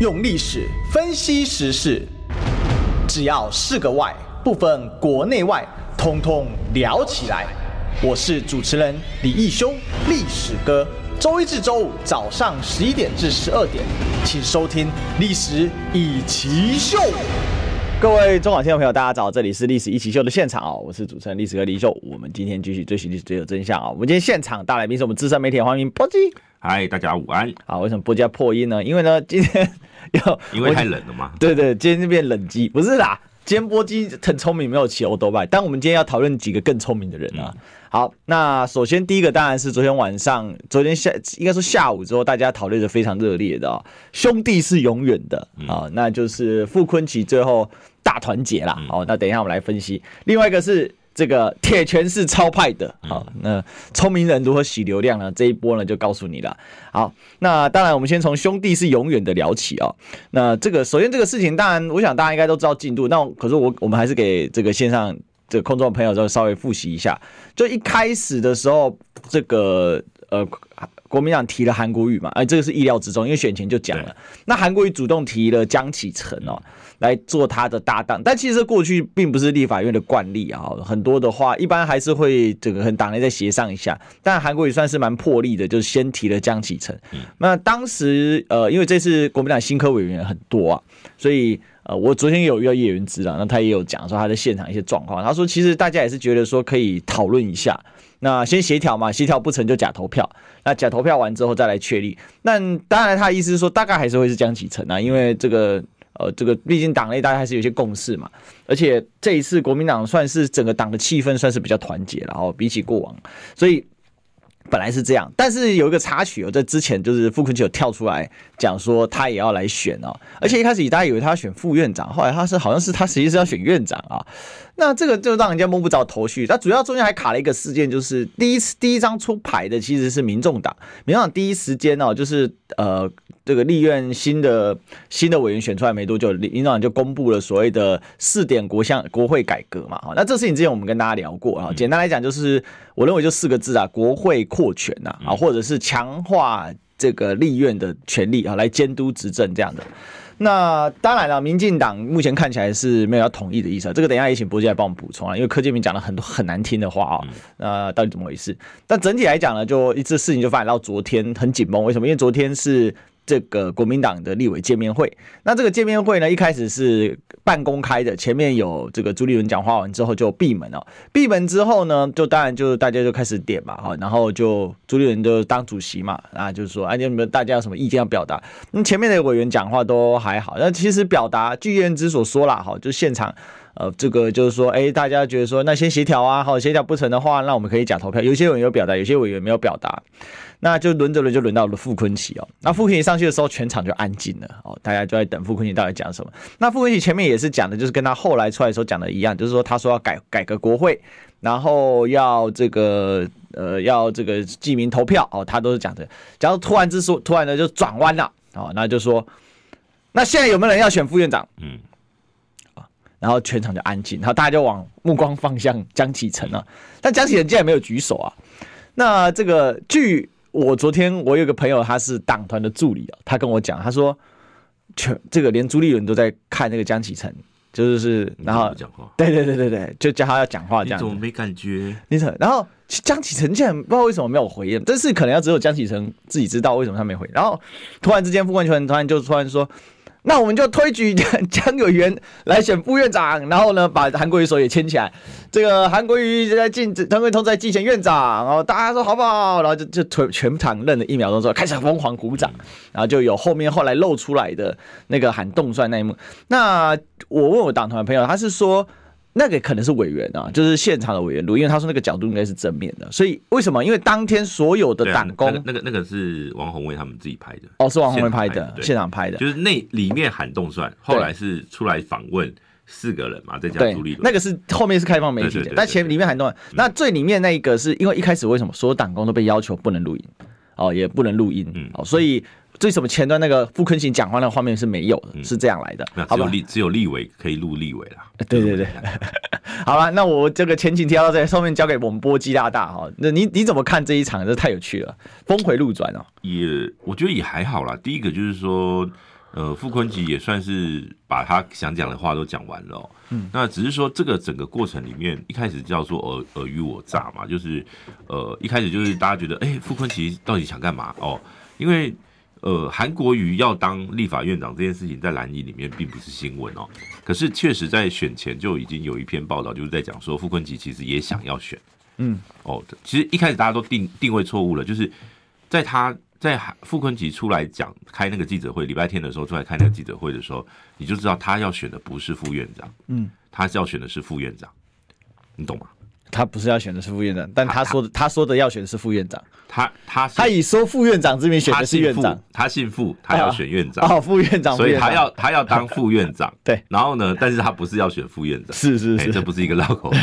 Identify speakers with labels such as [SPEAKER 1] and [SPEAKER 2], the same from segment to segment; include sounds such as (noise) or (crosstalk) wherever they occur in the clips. [SPEAKER 1] 用历史分析时事，只要是个“外”，不分国内外，通通聊起来。我是主持人李义兄，历史哥。周一至周五早上十一点至十二点，请收听《历史以奇秀》。
[SPEAKER 2] 各位中广听众朋友，大家早，这里是《历史一起秀》的现场啊、我是主持人历史哥李秀。我们今天继续追寻历史，追求真相啊、我们今天现场大来宾是我们资深媒体人黄明波基。
[SPEAKER 3] 嗨，大家午安。
[SPEAKER 2] 啊，为什么波基要破音呢？因为呢，今天要
[SPEAKER 3] 因为太
[SPEAKER 2] 我
[SPEAKER 3] 冷了嘛，
[SPEAKER 2] (laughs) 对对，今天这边冷机不是啦，今天波基很聪明，没有骑欧多拜。但我们今天要讨论几个更聪明的人
[SPEAKER 3] 嗯
[SPEAKER 2] 啊。好，那首先第一个当然是昨天晚上，昨天下应该说下午之后，大家讨论的非常热烈的、哦，兄弟是永远的
[SPEAKER 3] 嗯
[SPEAKER 2] 啊、那就是傅昆奇最后大团结啦。好、那等一下我们来分析。另外一个是。这个铁拳是超派的，好、那聪明人如何洗流量呢？这一波呢就告诉你了。好，那当然我们先从兄弟是永远的聊起哦。那这个首先这个事情，当然我想大家应该都知道进度。那我可是我我们还是给这个线上这个空中的朋友就稍微复习一下。就一开始的时候，这个呃国民党提了韩国瑜嘛，哎、这个是意料之中，因为选前就讲了
[SPEAKER 3] 对。
[SPEAKER 2] 那韩国瑜主动提了江启臣哦，来做他的搭档，但其实这过去并不是立法院的惯例啊，很多的话一般还是会这个很党内再协商一下，但韩国瑜算是蛮破例的，就是先提了江启臣。那当时呃，因为这次国民党新科委员很多啊，所以呃，我昨天也有遇到叶元之啊，那他也有讲说他在现场一些状况，他说其实大家也是觉得说可以讨论一下，那先协调嘛，协调不成就假投票，那假投票完之后再来确立。那当然他的意思是说，大概还是会是江启程啊，因为这个。呃，这个毕竟党内大家还是有一些共识嘛，而且这一次国民党算是整个党的气氛算是比较团结了哦，然后比起过往，所以本来是这样，但是有一个插曲哦，在之前就是傅昆萁有跳出来讲说他也要来选哦，而且一开始大家以为他要选副院长，后来他是好像是他实际是要选院长啊，那这个就让人家摸不着头绪。那主要中间还卡了一个事件，就是第一次第一张出牌的其实是民众党，民众党第一时间哦，就是呃这个立院新的新的委员选出来没多久，民众党就公布了所谓的四点国项国会改革嘛，哦好，那这事情之前我们跟大家聊过啊，简单来讲就是我认为就四个字啊，国会扩权呐啊，或者是强化这个立院的权利啊，来监督执政这样的。那当然了，民进党目前看起来是没有要统一的意思啊。这个等一下也请博姐来帮我们补充啊，因为柯建明讲了很多很难听的话啊、那、到底怎么回事？但整体来讲呢，就一这事情就发展到昨天很紧绷，为什么？因为昨天是这个国民党的立委见面会，那这个见面会呢，一开始是半公开的，前面有这个朱立伦讲话完之后就闭门哦，闭门之后呢，就当然就大家就开始点嘛，哈，然后就朱立伦就当主席嘛，啊，就是说，哎、你们大家有什么意见要表达？那、前面的委员讲话都还好，那其实表达，据言之所说啦，哈，就现场。呃，这个就是说，哎，大家觉得说，那先协调啊，好，协调不成的话，那我们可以假投票。有些委员有表达，有些委员没有表达，那就轮着轮就轮到了傅昆奇哦。那傅昆奇上去的时候，全场就安静了哦，大家就在等傅昆奇到底讲什么。那傅昆奇前面也是讲的，就是跟他后来出来的时候讲的一样，就是说他说要改改革国会，然后要这个呃要这个记名投票哦，他都是讲的。假如突然之说突然的就转弯了哦，那就说那现在有没有人要选副院长？哦
[SPEAKER 3] 嗯，
[SPEAKER 2] 然后全场就安静，然后大家就往目光放向江启臣啊，但江启臣竟然没有举手啊。那这个据我昨天我有个朋友，他是党团的助理啊，他跟我讲，他说全这个连朱立伦都在看那个江启臣，就是然后
[SPEAKER 3] 你怎么不讲话，
[SPEAKER 2] 对对对对对，就叫他要讲话这
[SPEAKER 3] 你
[SPEAKER 2] 样
[SPEAKER 3] 怎
[SPEAKER 2] 子
[SPEAKER 3] 么。没感觉？
[SPEAKER 2] 你怎么？然后江启臣竟然不知道为什么没有回应，这是可能要只有江启臣自己知道为什么他没回。然后突然之间，傅冠权突然就突然说：“那我们就推举江有元来选副院长，然后呢，把韩国瑜手也牵起来。这个韩国瑜在竞，韩国瑜同在竞选院长，然后大家说好不好？然后就就全全场愣了一秒钟之后，开始疯狂鼓掌，然后就有后面后来露出来的那个喊动算那一幕。那我问我党团的朋友，他是说。那个可能是委员啊，就是现场的委员录，因为他说那个角度应该是正面的，所以为什么？因为当天所有的
[SPEAKER 3] 对啊
[SPEAKER 2] 党工、
[SPEAKER 3] 那个那个那个是王宏卫他们自己拍的，
[SPEAKER 2] 哦是王宏威拍
[SPEAKER 3] 现
[SPEAKER 2] 的
[SPEAKER 3] 场，对
[SPEAKER 2] 现场拍的，
[SPEAKER 3] 就是那里面喊动算，后来是出来访问四个人嘛，再加
[SPEAKER 2] 对
[SPEAKER 3] 朱立，伦，
[SPEAKER 2] 那个是后面是开放媒体
[SPEAKER 3] 对对
[SPEAKER 2] 的
[SPEAKER 3] 对，
[SPEAKER 2] 但
[SPEAKER 3] 对
[SPEAKER 2] 前
[SPEAKER 3] 对嗯
[SPEAKER 2] 里面很多人。那最里面那一个是因为一开始为什么所有党工都被要求不能录影，哦，也不能录音，
[SPEAKER 3] 嗯
[SPEAKER 2] 哦，所以最什么前端那个傅昆行讲话那个画面是没有的，是这样来的
[SPEAKER 3] 那，
[SPEAKER 2] 好
[SPEAKER 3] 嗯只有
[SPEAKER 2] 吧？
[SPEAKER 3] 立只有立委可以录立委啦。
[SPEAKER 2] 对对对， (laughs) 好了，那我这个前情提要到这里，后面交给我们波基大大哈，那你你怎么看这一场？这太有趣了，峰回路转哦，
[SPEAKER 3] 也我觉得也还好啦。第一个就是说，呃，傅昆吉也算是把他想讲的话都讲完了、哦。嗯，那只是说这个整个过程里面，一开始叫做呃尔尔虞我诈嘛，就是呃一开始就是大家觉得，哎、傅昆吉到底想干嘛？哦，因为呃韩国瑜要当立法院长这件事情在蓝营里面并不是新闻哦，可是确实在选前就已经有一篇报道，就是在讲说傅昆吉其实也想要选。哦，其实一开始大家都定定位错误了，就是在他在傅昆奇出来讲开那个记者会，礼拜天的时候出来开那个记者会的时候，你就知道他要选的不是副院长，
[SPEAKER 2] 嗯，
[SPEAKER 3] 他要选的是副院长，你懂吗？
[SPEAKER 2] 他不是要选的是副院长，但他
[SPEAKER 3] 他
[SPEAKER 2] 说的他说的要选的是副院长，
[SPEAKER 3] 他他是
[SPEAKER 2] 他以说副院长之名选
[SPEAKER 3] 他
[SPEAKER 2] 的是
[SPEAKER 3] 姓
[SPEAKER 2] 院
[SPEAKER 3] 傅
[SPEAKER 2] 长，，
[SPEAKER 3] 他姓傅，他要选院长，
[SPEAKER 2] 哦，副院长，
[SPEAKER 3] 所以
[SPEAKER 2] 副院
[SPEAKER 3] 他
[SPEAKER 2] 长。
[SPEAKER 3] 要他要当副院长
[SPEAKER 2] (laughs) 对
[SPEAKER 3] 然后呢，但是他不是要选副院长，
[SPEAKER 2] 是是
[SPEAKER 3] 哎
[SPEAKER 2] 是
[SPEAKER 3] 这不是一个绕口
[SPEAKER 2] (laughs)
[SPEAKER 3] 令。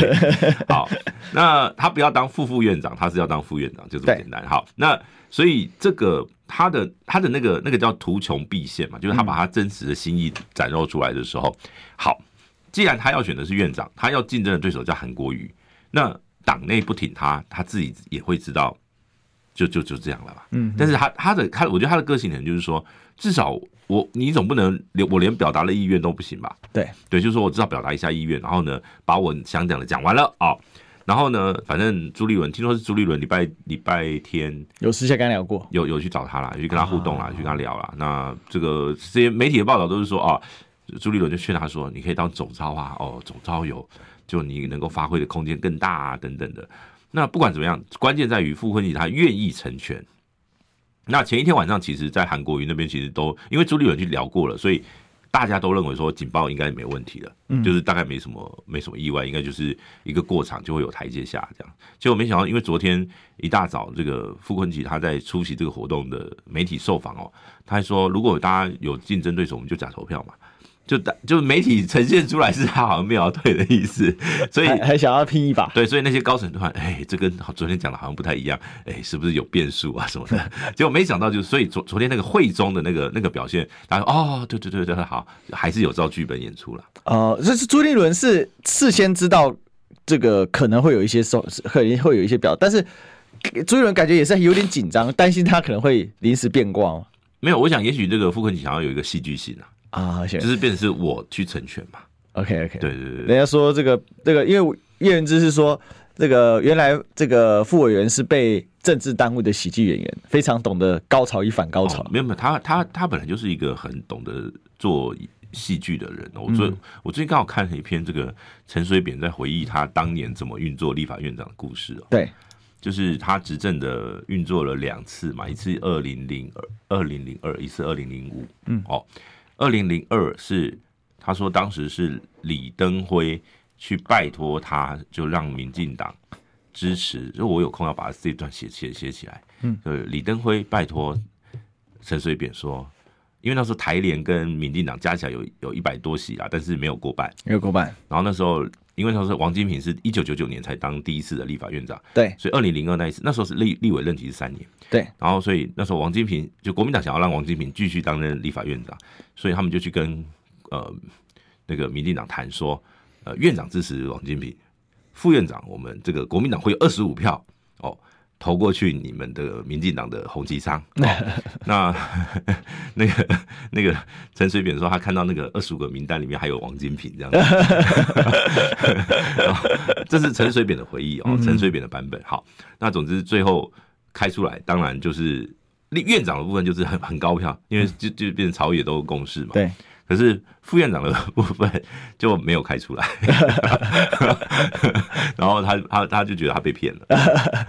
[SPEAKER 3] 好，那他不要当副副院长，他是要当副院长，就这么
[SPEAKER 2] 对
[SPEAKER 3] 简单。好，那所以这个他的他的那个那个叫图穷匕现嘛，就是
[SPEAKER 2] 嗯
[SPEAKER 3] 他把他真实的心意展露出来的时候，好，既然他要选的是院长，他要竞争的对手叫韩国瑜，那党内不挺他，他自己也会知道，就就就这样了吧。嗯，但是他他的他，我觉得他的个性可能就是说，至少我你总不能连我连表达的意愿都不行吧？
[SPEAKER 2] 对，
[SPEAKER 3] 对，就是说我至少表达一下意愿，然后呢，把我想讲的讲完了啊、哦然后呢，反正朱立伦听说是朱立伦礼拜礼拜天
[SPEAKER 2] 有私下跟他聊过，
[SPEAKER 3] 有有去找他啦，有去跟他互动啦，有去跟他聊啦。那这个这些媒体的报道都是说啊，朱立伦就劝他说，你可以当总招啊，哦，总招有就你能够发挥的空间更大啊，等等的。那不管怎么样，关键在于傅昆萁他愿意成全。那前一天晚上，其实，在韩国瑜那边其实都因为朱立伦去聊过了，所以大家都认为说警报应该没问题了，就是大概没什么没什么意外，应该就是一个过场就会有台阶下这样。结果没想到，因为昨天一大早，这个傅昆萁他在出席这个活动的媒体受访哦，他还说，如果大家有竞争对手，我们就假投票嘛。就大就媒体呈现出来是他好像没有要退的意思，所以
[SPEAKER 2] 还 (laughs) 还想要拼一把，
[SPEAKER 3] 对，所以那些高层突然，哎，这跟昨天讲的好像不太一样，哎，是不是有变数啊什么的？ (laughs) 结果没想到就，所以昨昨天那个会中的那个那个表现，然后哦，对对对对，好，还是有照剧本演出了。
[SPEAKER 2] 呃，这是朱立伦是事先知道这个可能会有一些受，可能会有一些表，但是朱立伦感觉也是有点紧张，担心他可能会临时变卦哦
[SPEAKER 3] 没有，我想也许这个傅昆萁想要有一个戏剧性啊，
[SPEAKER 2] 啊，行
[SPEAKER 3] 就是变成是我去成全嘛。
[SPEAKER 2] ，OK OK，
[SPEAKER 3] 对对对对
[SPEAKER 2] 人家说这个这个，因为叶元之是说，这个原来这个副委员是被政治耽误的喜剧演员，非常懂得高潮与反高潮
[SPEAKER 3] 哦。没有没有，他他他本来就是一个很懂得做戏剧的人哦。我最、我最近刚好看了一篇这个陈水扁在回忆他当年怎么运作立法院长的故事哦。
[SPEAKER 2] 对，
[SPEAKER 3] 就是他执政的运作了两次嘛，一次二零零二二零零二，一次二零零五。嗯，哦，二零零二是他说当时是李登辉去拜托他，就让民进党支持。就我有空要把这段写写写起来。嗯，就是李登辉拜托陈水扁说，因为那时候台联跟民进党加起来有有一百多席啊，但是没有过半。
[SPEAKER 2] 因为国办
[SPEAKER 3] 然后那时候因为那时候王金平是一九九九年才当第一次的立法院长。
[SPEAKER 2] 对
[SPEAKER 3] 所以二零零二那一次，那时候是立立委任期是三年，
[SPEAKER 2] 对，
[SPEAKER 3] 然后所以那时候王金平就国民党想要让王金平继续担任立法院长，所以他们就去跟呃那个民进党谈说，呃院长支持王金平，副院长我们这个国民党会有二十五票哦。投过去你们的民进党的红旗商，哦、那那个那个陈水扁说他看到那个二十五个名单里面还有王金平这样子，然后这是陈水扁的回忆哦，陈水扁的版本。好，那总之最后开出来，当然就是立院长的部分就是很很高票，因为就就变成朝野都有共识嘛。
[SPEAKER 2] 对，
[SPEAKER 3] 可是副院长的部分就没有开出来， (laughs) 然后他他他就觉得他被
[SPEAKER 2] (laughs)
[SPEAKER 3] 骗了，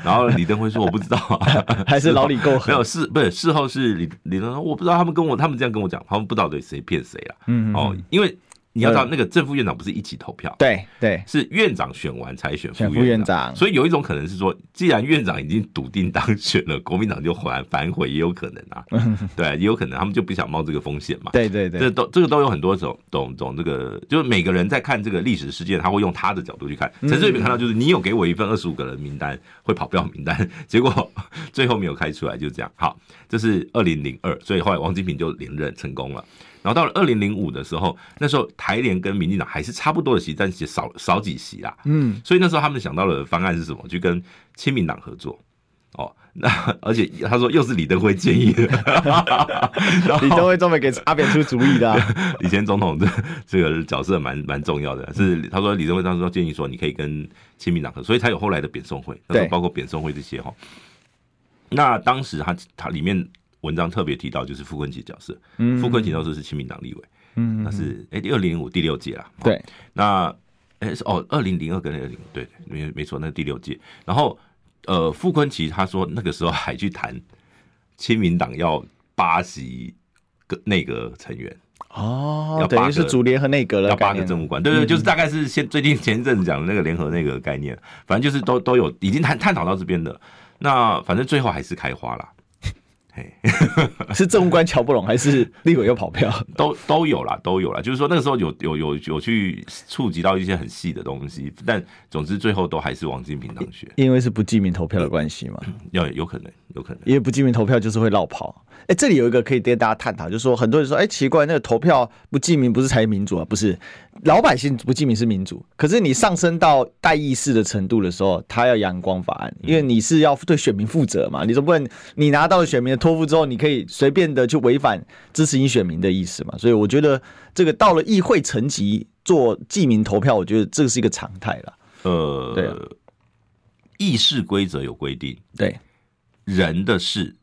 [SPEAKER 3] 然后李登辉说我不知道、啊，
[SPEAKER 2] 还是老李够
[SPEAKER 3] 没
[SPEAKER 2] 狠
[SPEAKER 3] 有。事，不是事后是李李登辉说我不知道他们跟我他们这样跟我讲，他们不知道对谁骗谁了。
[SPEAKER 2] 嗯，
[SPEAKER 3] 哦，因为你要知道那个正副院长不是一起投票，
[SPEAKER 2] 对对
[SPEAKER 3] 是院长选完才选副
[SPEAKER 2] 选副院长
[SPEAKER 3] 所以有一种可能是说，既然院长已经笃定当选了，国民党就反反悔也有可能
[SPEAKER 2] (laughs)
[SPEAKER 3] 啊，对啊，也有可能他们就不想冒这个风险嘛。
[SPEAKER 2] 对对
[SPEAKER 3] 这
[SPEAKER 2] 对，
[SPEAKER 3] 都这个都有很多种种种这个，就是每个人在看这个历史事件，他会用他的角度去
[SPEAKER 2] 嗯
[SPEAKER 3] 看。陈水扁看到就是你有给我一份二十五个人名单，会跑票名单，结果最后没有开出来，就这样。好，这是二零零二，所以后来王金平就连任成功了。然后到了二零零五的时候，那时候台联跟民进党还是差不多的席，但是少少几席啦。
[SPEAKER 2] 嗯，
[SPEAKER 3] 所以那时候他们想到的方案是什么？就跟亲民党合作。哦，那而且他说又是李登辉建议的，然
[SPEAKER 2] 李
[SPEAKER 3] 后
[SPEAKER 2] 登辉专门给阿扁出主意的、啊，
[SPEAKER 3] 以前总统这这个角色蛮蛮重要的，
[SPEAKER 2] 嗯
[SPEAKER 3] 是他说李登辉当时建议说你可以跟亲民党合，所以才有后来的扁送会，那时候
[SPEAKER 2] 对
[SPEAKER 3] 包括扁送会这些哈。那当时他他里面文章特别提到就是傅昆萁角色，傅昆萁那时候是亲民党立委，
[SPEAKER 2] 嗯，
[SPEAKER 3] 那是哎二零零五第六届啦，哦
[SPEAKER 2] (laughs) 对，
[SPEAKER 3] 那哎是哦，二零零二跟二零对，没没错，那是第六届。然后呃，傅昆奇他说那个时候还去谈亲民党要八席个内阁成员，
[SPEAKER 2] 哦
[SPEAKER 3] 要，
[SPEAKER 2] 等于
[SPEAKER 3] 八个
[SPEAKER 2] 是主联合内阁了，
[SPEAKER 3] 要八
[SPEAKER 2] 概
[SPEAKER 3] 个
[SPEAKER 2] 念 (laughs) 嗯
[SPEAKER 3] 政务官，对对，就是大概是先最近前一阵子讲的那个联合那个概念，反正就是都都有已经探探讨到这边的。那反正最后还是开花啦，嘿，
[SPEAKER 2] 是政务官瞧不拢，还是立委又跑票？ (laughs)
[SPEAKER 3] 都都有啦，都有啦。就是说那个时候有有有有去触及到一些很细的东西，但总之最后都还是王金平当选。
[SPEAKER 2] 因为是不记名投票的关系嘛，
[SPEAKER 3] 要有可能，有可能。
[SPEAKER 2] 因为不记名投票就是会绕跑。哎、这里有一个可以跟大家探讨，就是说很多人说，哎、奇怪，那个投票不记名不是才民主啊？不是，老百姓不记名是民主，可是你上升到代议士的程度的时候，他要阳光法案，
[SPEAKER 3] 嗯
[SPEAKER 2] 因为你是要对选民负责嘛，你总不能你拿到了选民的托付之后，你可以随便的去违反支持你选民的意思嘛。所以我觉得这个到了议会层级做记名投票，我觉得这个是一个常态了。
[SPEAKER 3] 呃，
[SPEAKER 2] 对啊
[SPEAKER 3] 议事规则有规定，
[SPEAKER 2] 对，
[SPEAKER 3] 人的事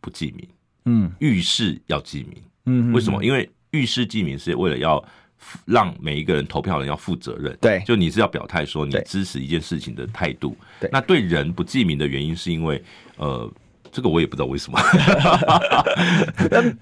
[SPEAKER 3] 不记名，
[SPEAKER 2] 嗯
[SPEAKER 3] 遇事要记名。
[SPEAKER 2] 嗯，
[SPEAKER 3] 为什么？因为遇事记名是为了要负让每一个人投票的人要负责任。
[SPEAKER 2] 对
[SPEAKER 3] 就你是要表态说你
[SPEAKER 2] 对
[SPEAKER 3] 支持一件事情的态度。
[SPEAKER 2] 对
[SPEAKER 3] 那对人不记名的原因是因为呃。这个我也不知道为什么，
[SPEAKER 2] (laughs)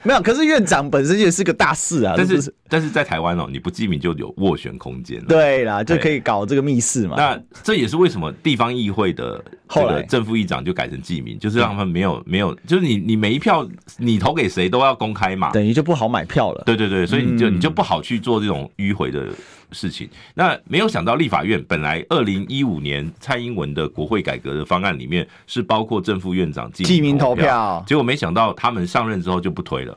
[SPEAKER 2] 没有，可是院长本身也是个大事 (laughs) 啊，
[SPEAKER 3] (laughs) 但
[SPEAKER 2] 这不
[SPEAKER 3] 是但是在台湾哦，你不记名就有斡旋空间了。
[SPEAKER 2] 对啦，就可以搞这个密室嘛。
[SPEAKER 3] 那这也是为什么地方议会的这
[SPEAKER 2] 后来
[SPEAKER 3] 个正副议长就改成记名，就是让他们没有没有，就是你你每一票你投给谁都要公开嘛。
[SPEAKER 2] 等于就不好买票了。
[SPEAKER 3] 对对对，所以
[SPEAKER 2] 嗯
[SPEAKER 3] 你就你就不好去做这种迂回的事情。那没有想到立法院本来二零一五年蔡英文的国会改革的方案里面是包括正副院长
[SPEAKER 2] 记名投
[SPEAKER 3] 投
[SPEAKER 2] 票
[SPEAKER 3] 结果没想到他们上任之后就不推了。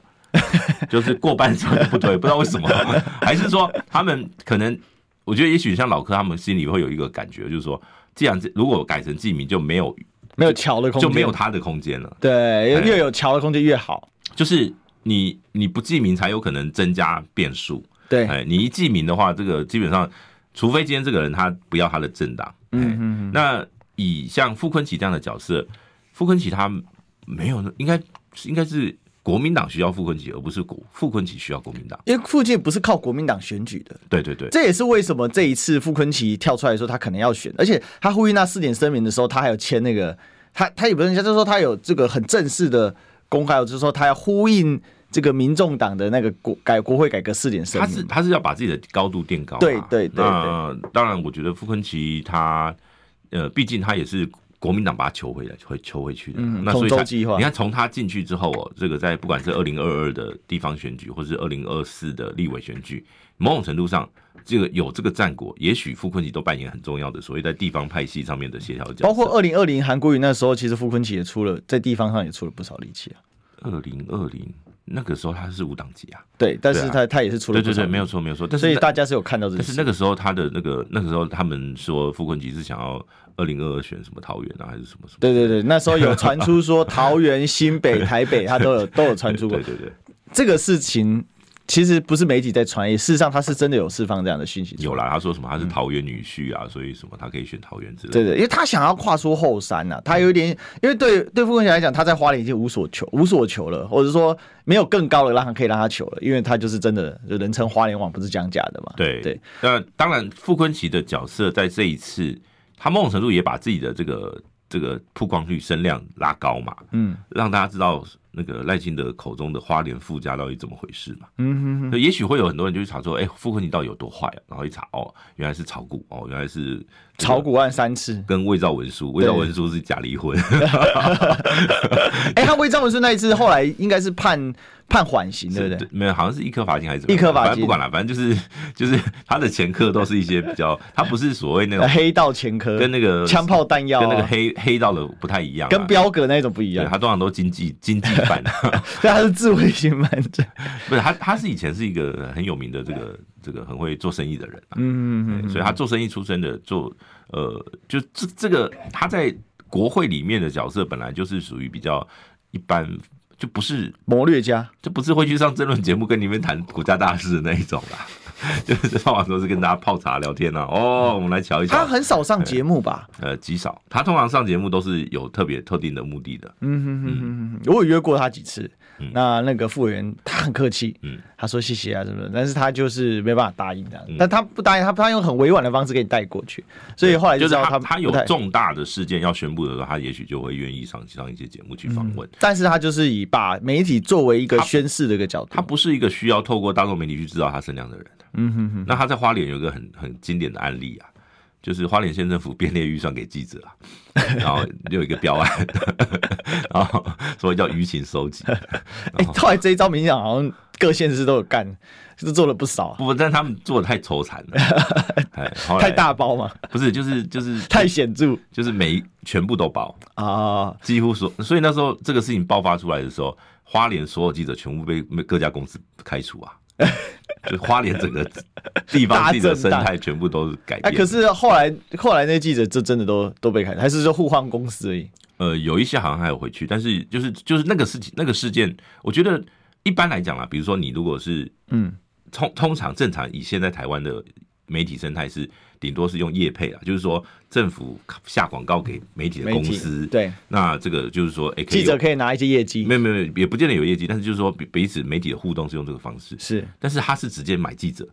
[SPEAKER 3] (laughs) 就是过半之后就不推，不知道为什么， (laughs) 还是说他们可能，我觉得也许像老柯他们心里会有一个感觉，就是说，既然这如果改成记名，就没有
[SPEAKER 2] 没有桥的空间，
[SPEAKER 3] 就没有他的空间了。
[SPEAKER 2] 对，
[SPEAKER 3] 哎
[SPEAKER 2] 越有桥的空间越好。
[SPEAKER 3] 就是你你不记名才有可能增加变数，
[SPEAKER 2] 对，
[SPEAKER 3] 哎，你一记名的话，这个基本上，除非今天这个人他不要他的政党，嗯嗯，那以像傅昆奇这样的角色，傅昆奇他没有，应该应该是国民党需要傅昆奇，而不是国傅昆奇需要国民党。
[SPEAKER 2] 因为附近不是靠国民党选举的，
[SPEAKER 3] 对对对，
[SPEAKER 2] 这也是为什么这一次傅昆奇跳出来说他可能要选，而且他呼吁那四点声明的时候，他还有签那个，他他也不是人家就是说他有这个很正式的公开，就是说他要呼应这个民众党的那个国改国会改革四点声
[SPEAKER 3] 他
[SPEAKER 2] 明。
[SPEAKER 3] 是他是要把自己的高度垫高嘛。啊
[SPEAKER 2] 对对对
[SPEAKER 3] 那当然，我觉得傅昆奇他呃，毕竟他也是国民党把他求回来，回求回去的。
[SPEAKER 2] 嗯
[SPEAKER 3] 那所以
[SPEAKER 2] 统
[SPEAKER 3] 他
[SPEAKER 2] 筹计划
[SPEAKER 3] 你看从他进去之后哦，这个在不管是二零二二的地方选举，或是二零二四的立委选举，某种程度上。这个有这个战果，也许傅昆奇都扮演很重要的所谓在地方派系上面的协调角色。
[SPEAKER 2] 包括二零二零韩国瑜那时候，其实傅昆奇也出了在地方上也出了不少力气啊。
[SPEAKER 3] 二零二零那个时候他是无党籍啊，
[SPEAKER 2] 对，但是
[SPEAKER 3] 对啊
[SPEAKER 2] 他、他也是出了
[SPEAKER 3] 对
[SPEAKER 2] 不
[SPEAKER 3] 对
[SPEAKER 2] 少
[SPEAKER 3] 对，
[SPEAKER 2] 力
[SPEAKER 3] 没有错没有错。但是
[SPEAKER 2] 所以
[SPEAKER 3] 在
[SPEAKER 2] 大家是有看到这个
[SPEAKER 3] 但
[SPEAKER 2] 事
[SPEAKER 3] 是
[SPEAKER 2] 情。
[SPEAKER 3] 那个时候他的那个那个时候他们说傅昆萁是想要二零二二选什么桃园啊还是什么什么？
[SPEAKER 2] 对对对，那时候有传出说桃园、新北、台北， (laughs) 他都有都有传出过
[SPEAKER 3] 对对对，
[SPEAKER 2] 这个事情。其实不是媒体在传，也事实上他是真的有释放这样的讯息。
[SPEAKER 3] 有，啦，他说什么他
[SPEAKER 2] 嗯
[SPEAKER 3] 是桃园女婿啊，所以什么他可以选桃园之类的。
[SPEAKER 2] 对对，因为他想要跨出后山呐、他有一点，因为对对傅昆萁来讲，他在花莲已经无所求无所求了，或者说没有更高的让他可以让他求了，因为他就是真的就人称花莲网不是讲假的嘛。
[SPEAKER 3] 对
[SPEAKER 2] 对，
[SPEAKER 3] 那当然傅昆萁的角色在这一次，他某种程度也把自己的这个这个曝光率声量拉高嘛，
[SPEAKER 2] 嗯
[SPEAKER 3] 让大家知道那个赖清德口中的花莲富家到底怎么回事嘛。
[SPEAKER 2] 嗯哼哼，
[SPEAKER 3] 那也许会有很多人就去查说，哎、傅昆萁到底有多坏、啊？然后一查，哦，原来是炒股，哦，原来是这个
[SPEAKER 2] 炒股案三次， (laughs)
[SPEAKER 3] 跟伪造文书，伪造文书是假离婚，
[SPEAKER 2] 哎、他违章文书那一次后来应该是判判缓刑，
[SPEAKER 3] (laughs)
[SPEAKER 2] 对不对？
[SPEAKER 3] 没有，好像是一颗罚金还是怎么
[SPEAKER 2] 一
[SPEAKER 3] 样
[SPEAKER 2] 颗罚金
[SPEAKER 3] 反正不管了，反正就是就是他的前科都是一些比较，他不是所谓那种
[SPEAKER 2] 黑道前科
[SPEAKER 3] 跟那个
[SPEAKER 2] 哎枪炮弹药、啊，
[SPEAKER 3] 跟那个黑黑道的不太一样啊，
[SPEAKER 2] 跟彪哥那种不一
[SPEAKER 3] 对
[SPEAKER 2] 样，
[SPEAKER 3] 他通常都经济经济
[SPEAKER 2] (laughs)
[SPEAKER 3] 犯，
[SPEAKER 2] 所以他是自卫型犯
[SPEAKER 3] (laughs)
[SPEAKER 2] 罪。
[SPEAKER 3] 不是他他是以前是一个很有名的这个这个很会做生意的人、
[SPEAKER 2] 嗯
[SPEAKER 3] 啊，
[SPEAKER 2] 嗯嗯，
[SPEAKER 3] 对所以他做生意出身的，做呃，就这这个他在国会里面的角色本来就是属于比较一般，就不是
[SPEAKER 2] 谋略家，
[SPEAKER 3] 这不是会去上争论节目跟你们谈国家大事的那一种啦， (laughs) 就是上网都是跟大家泡茶聊天啊。哦，我们来瞧一
[SPEAKER 2] 嗯他
[SPEAKER 3] 瞧。
[SPEAKER 2] 很少上节目吧？
[SPEAKER 3] 呃，极少，他通常上节目都是有特别特定的目的的。
[SPEAKER 2] 嗯哼哼哼哼，我有约过他几次。那那个服务员他很客气，
[SPEAKER 3] 嗯
[SPEAKER 2] 他说谢谢啊什么的，但是他就是没办法答应这样，但他不答应，他他用很委婉的方式给你带过去，所以后来
[SPEAKER 3] 就
[SPEAKER 2] 知
[SPEAKER 3] 是
[SPEAKER 2] 道
[SPEAKER 3] 他
[SPEAKER 2] 他
[SPEAKER 3] 他
[SPEAKER 2] 不
[SPEAKER 3] 有
[SPEAKER 2] 太，
[SPEAKER 3] 重大的事件要宣布的时候，他也许就会愿意上上一些节目去访问。
[SPEAKER 2] 但是他就是以把媒体作为一个宣誓的一个角度，
[SPEAKER 3] 他不是一个需要透过大众媒体去知道他声量的人。
[SPEAKER 2] 嗯哼哼，
[SPEAKER 3] 那他在花莲有一个很很经典的案例啊，就是花莲县政府编列预算给记者啊，然后有一个标案， (laughs) 然后所以叫舆情收集。
[SPEAKER 2] 哎、后来这一招民进党好像各县市都有干，就是做了不少啊，
[SPEAKER 3] 不，但他们做的太愁惨
[SPEAKER 2] (laughs)
[SPEAKER 3] 了，哎，后
[SPEAKER 2] 太
[SPEAKER 3] 来
[SPEAKER 2] 大包
[SPEAKER 3] (laughs)
[SPEAKER 2] 嘛，
[SPEAKER 3] 不是，就是就是
[SPEAKER 2] 太显著
[SPEAKER 3] 就是每一全部都包，
[SPEAKER 2] 啊，
[SPEAKER 3] 几乎所，所以那时候这个事情爆发出来的时候，花莲所有记者全部被各家公司开除
[SPEAKER 2] (laughs)
[SPEAKER 3] 啊。就花莲整个地方记者生
[SPEAKER 2] 大震
[SPEAKER 3] 态全部都是改
[SPEAKER 2] 哎、
[SPEAKER 3] 变的。
[SPEAKER 2] 可是后来后来那记者就真的都都被开，还是说互换公司而已，
[SPEAKER 3] 呃，有一些好像还有回去，但是就是就是那个事情那个事件，我觉得一般来讲啦，比如说你如果是
[SPEAKER 2] 嗯。
[SPEAKER 3] 通通常正常以现在台湾的媒体生态是顶多是用业配啦，就是说政府下广告给媒体的
[SPEAKER 2] 媒
[SPEAKER 3] 公
[SPEAKER 2] 体
[SPEAKER 3] 司，，
[SPEAKER 2] 对
[SPEAKER 3] 那这个就是说，哎、可以
[SPEAKER 2] 记者
[SPEAKER 3] 有
[SPEAKER 2] 可以拿一些业绩
[SPEAKER 3] 没，有没有也不见得有业绩，但是就是说彼彼此媒体的互动是用这个方式，
[SPEAKER 2] 是
[SPEAKER 3] 但是他是直接买记者，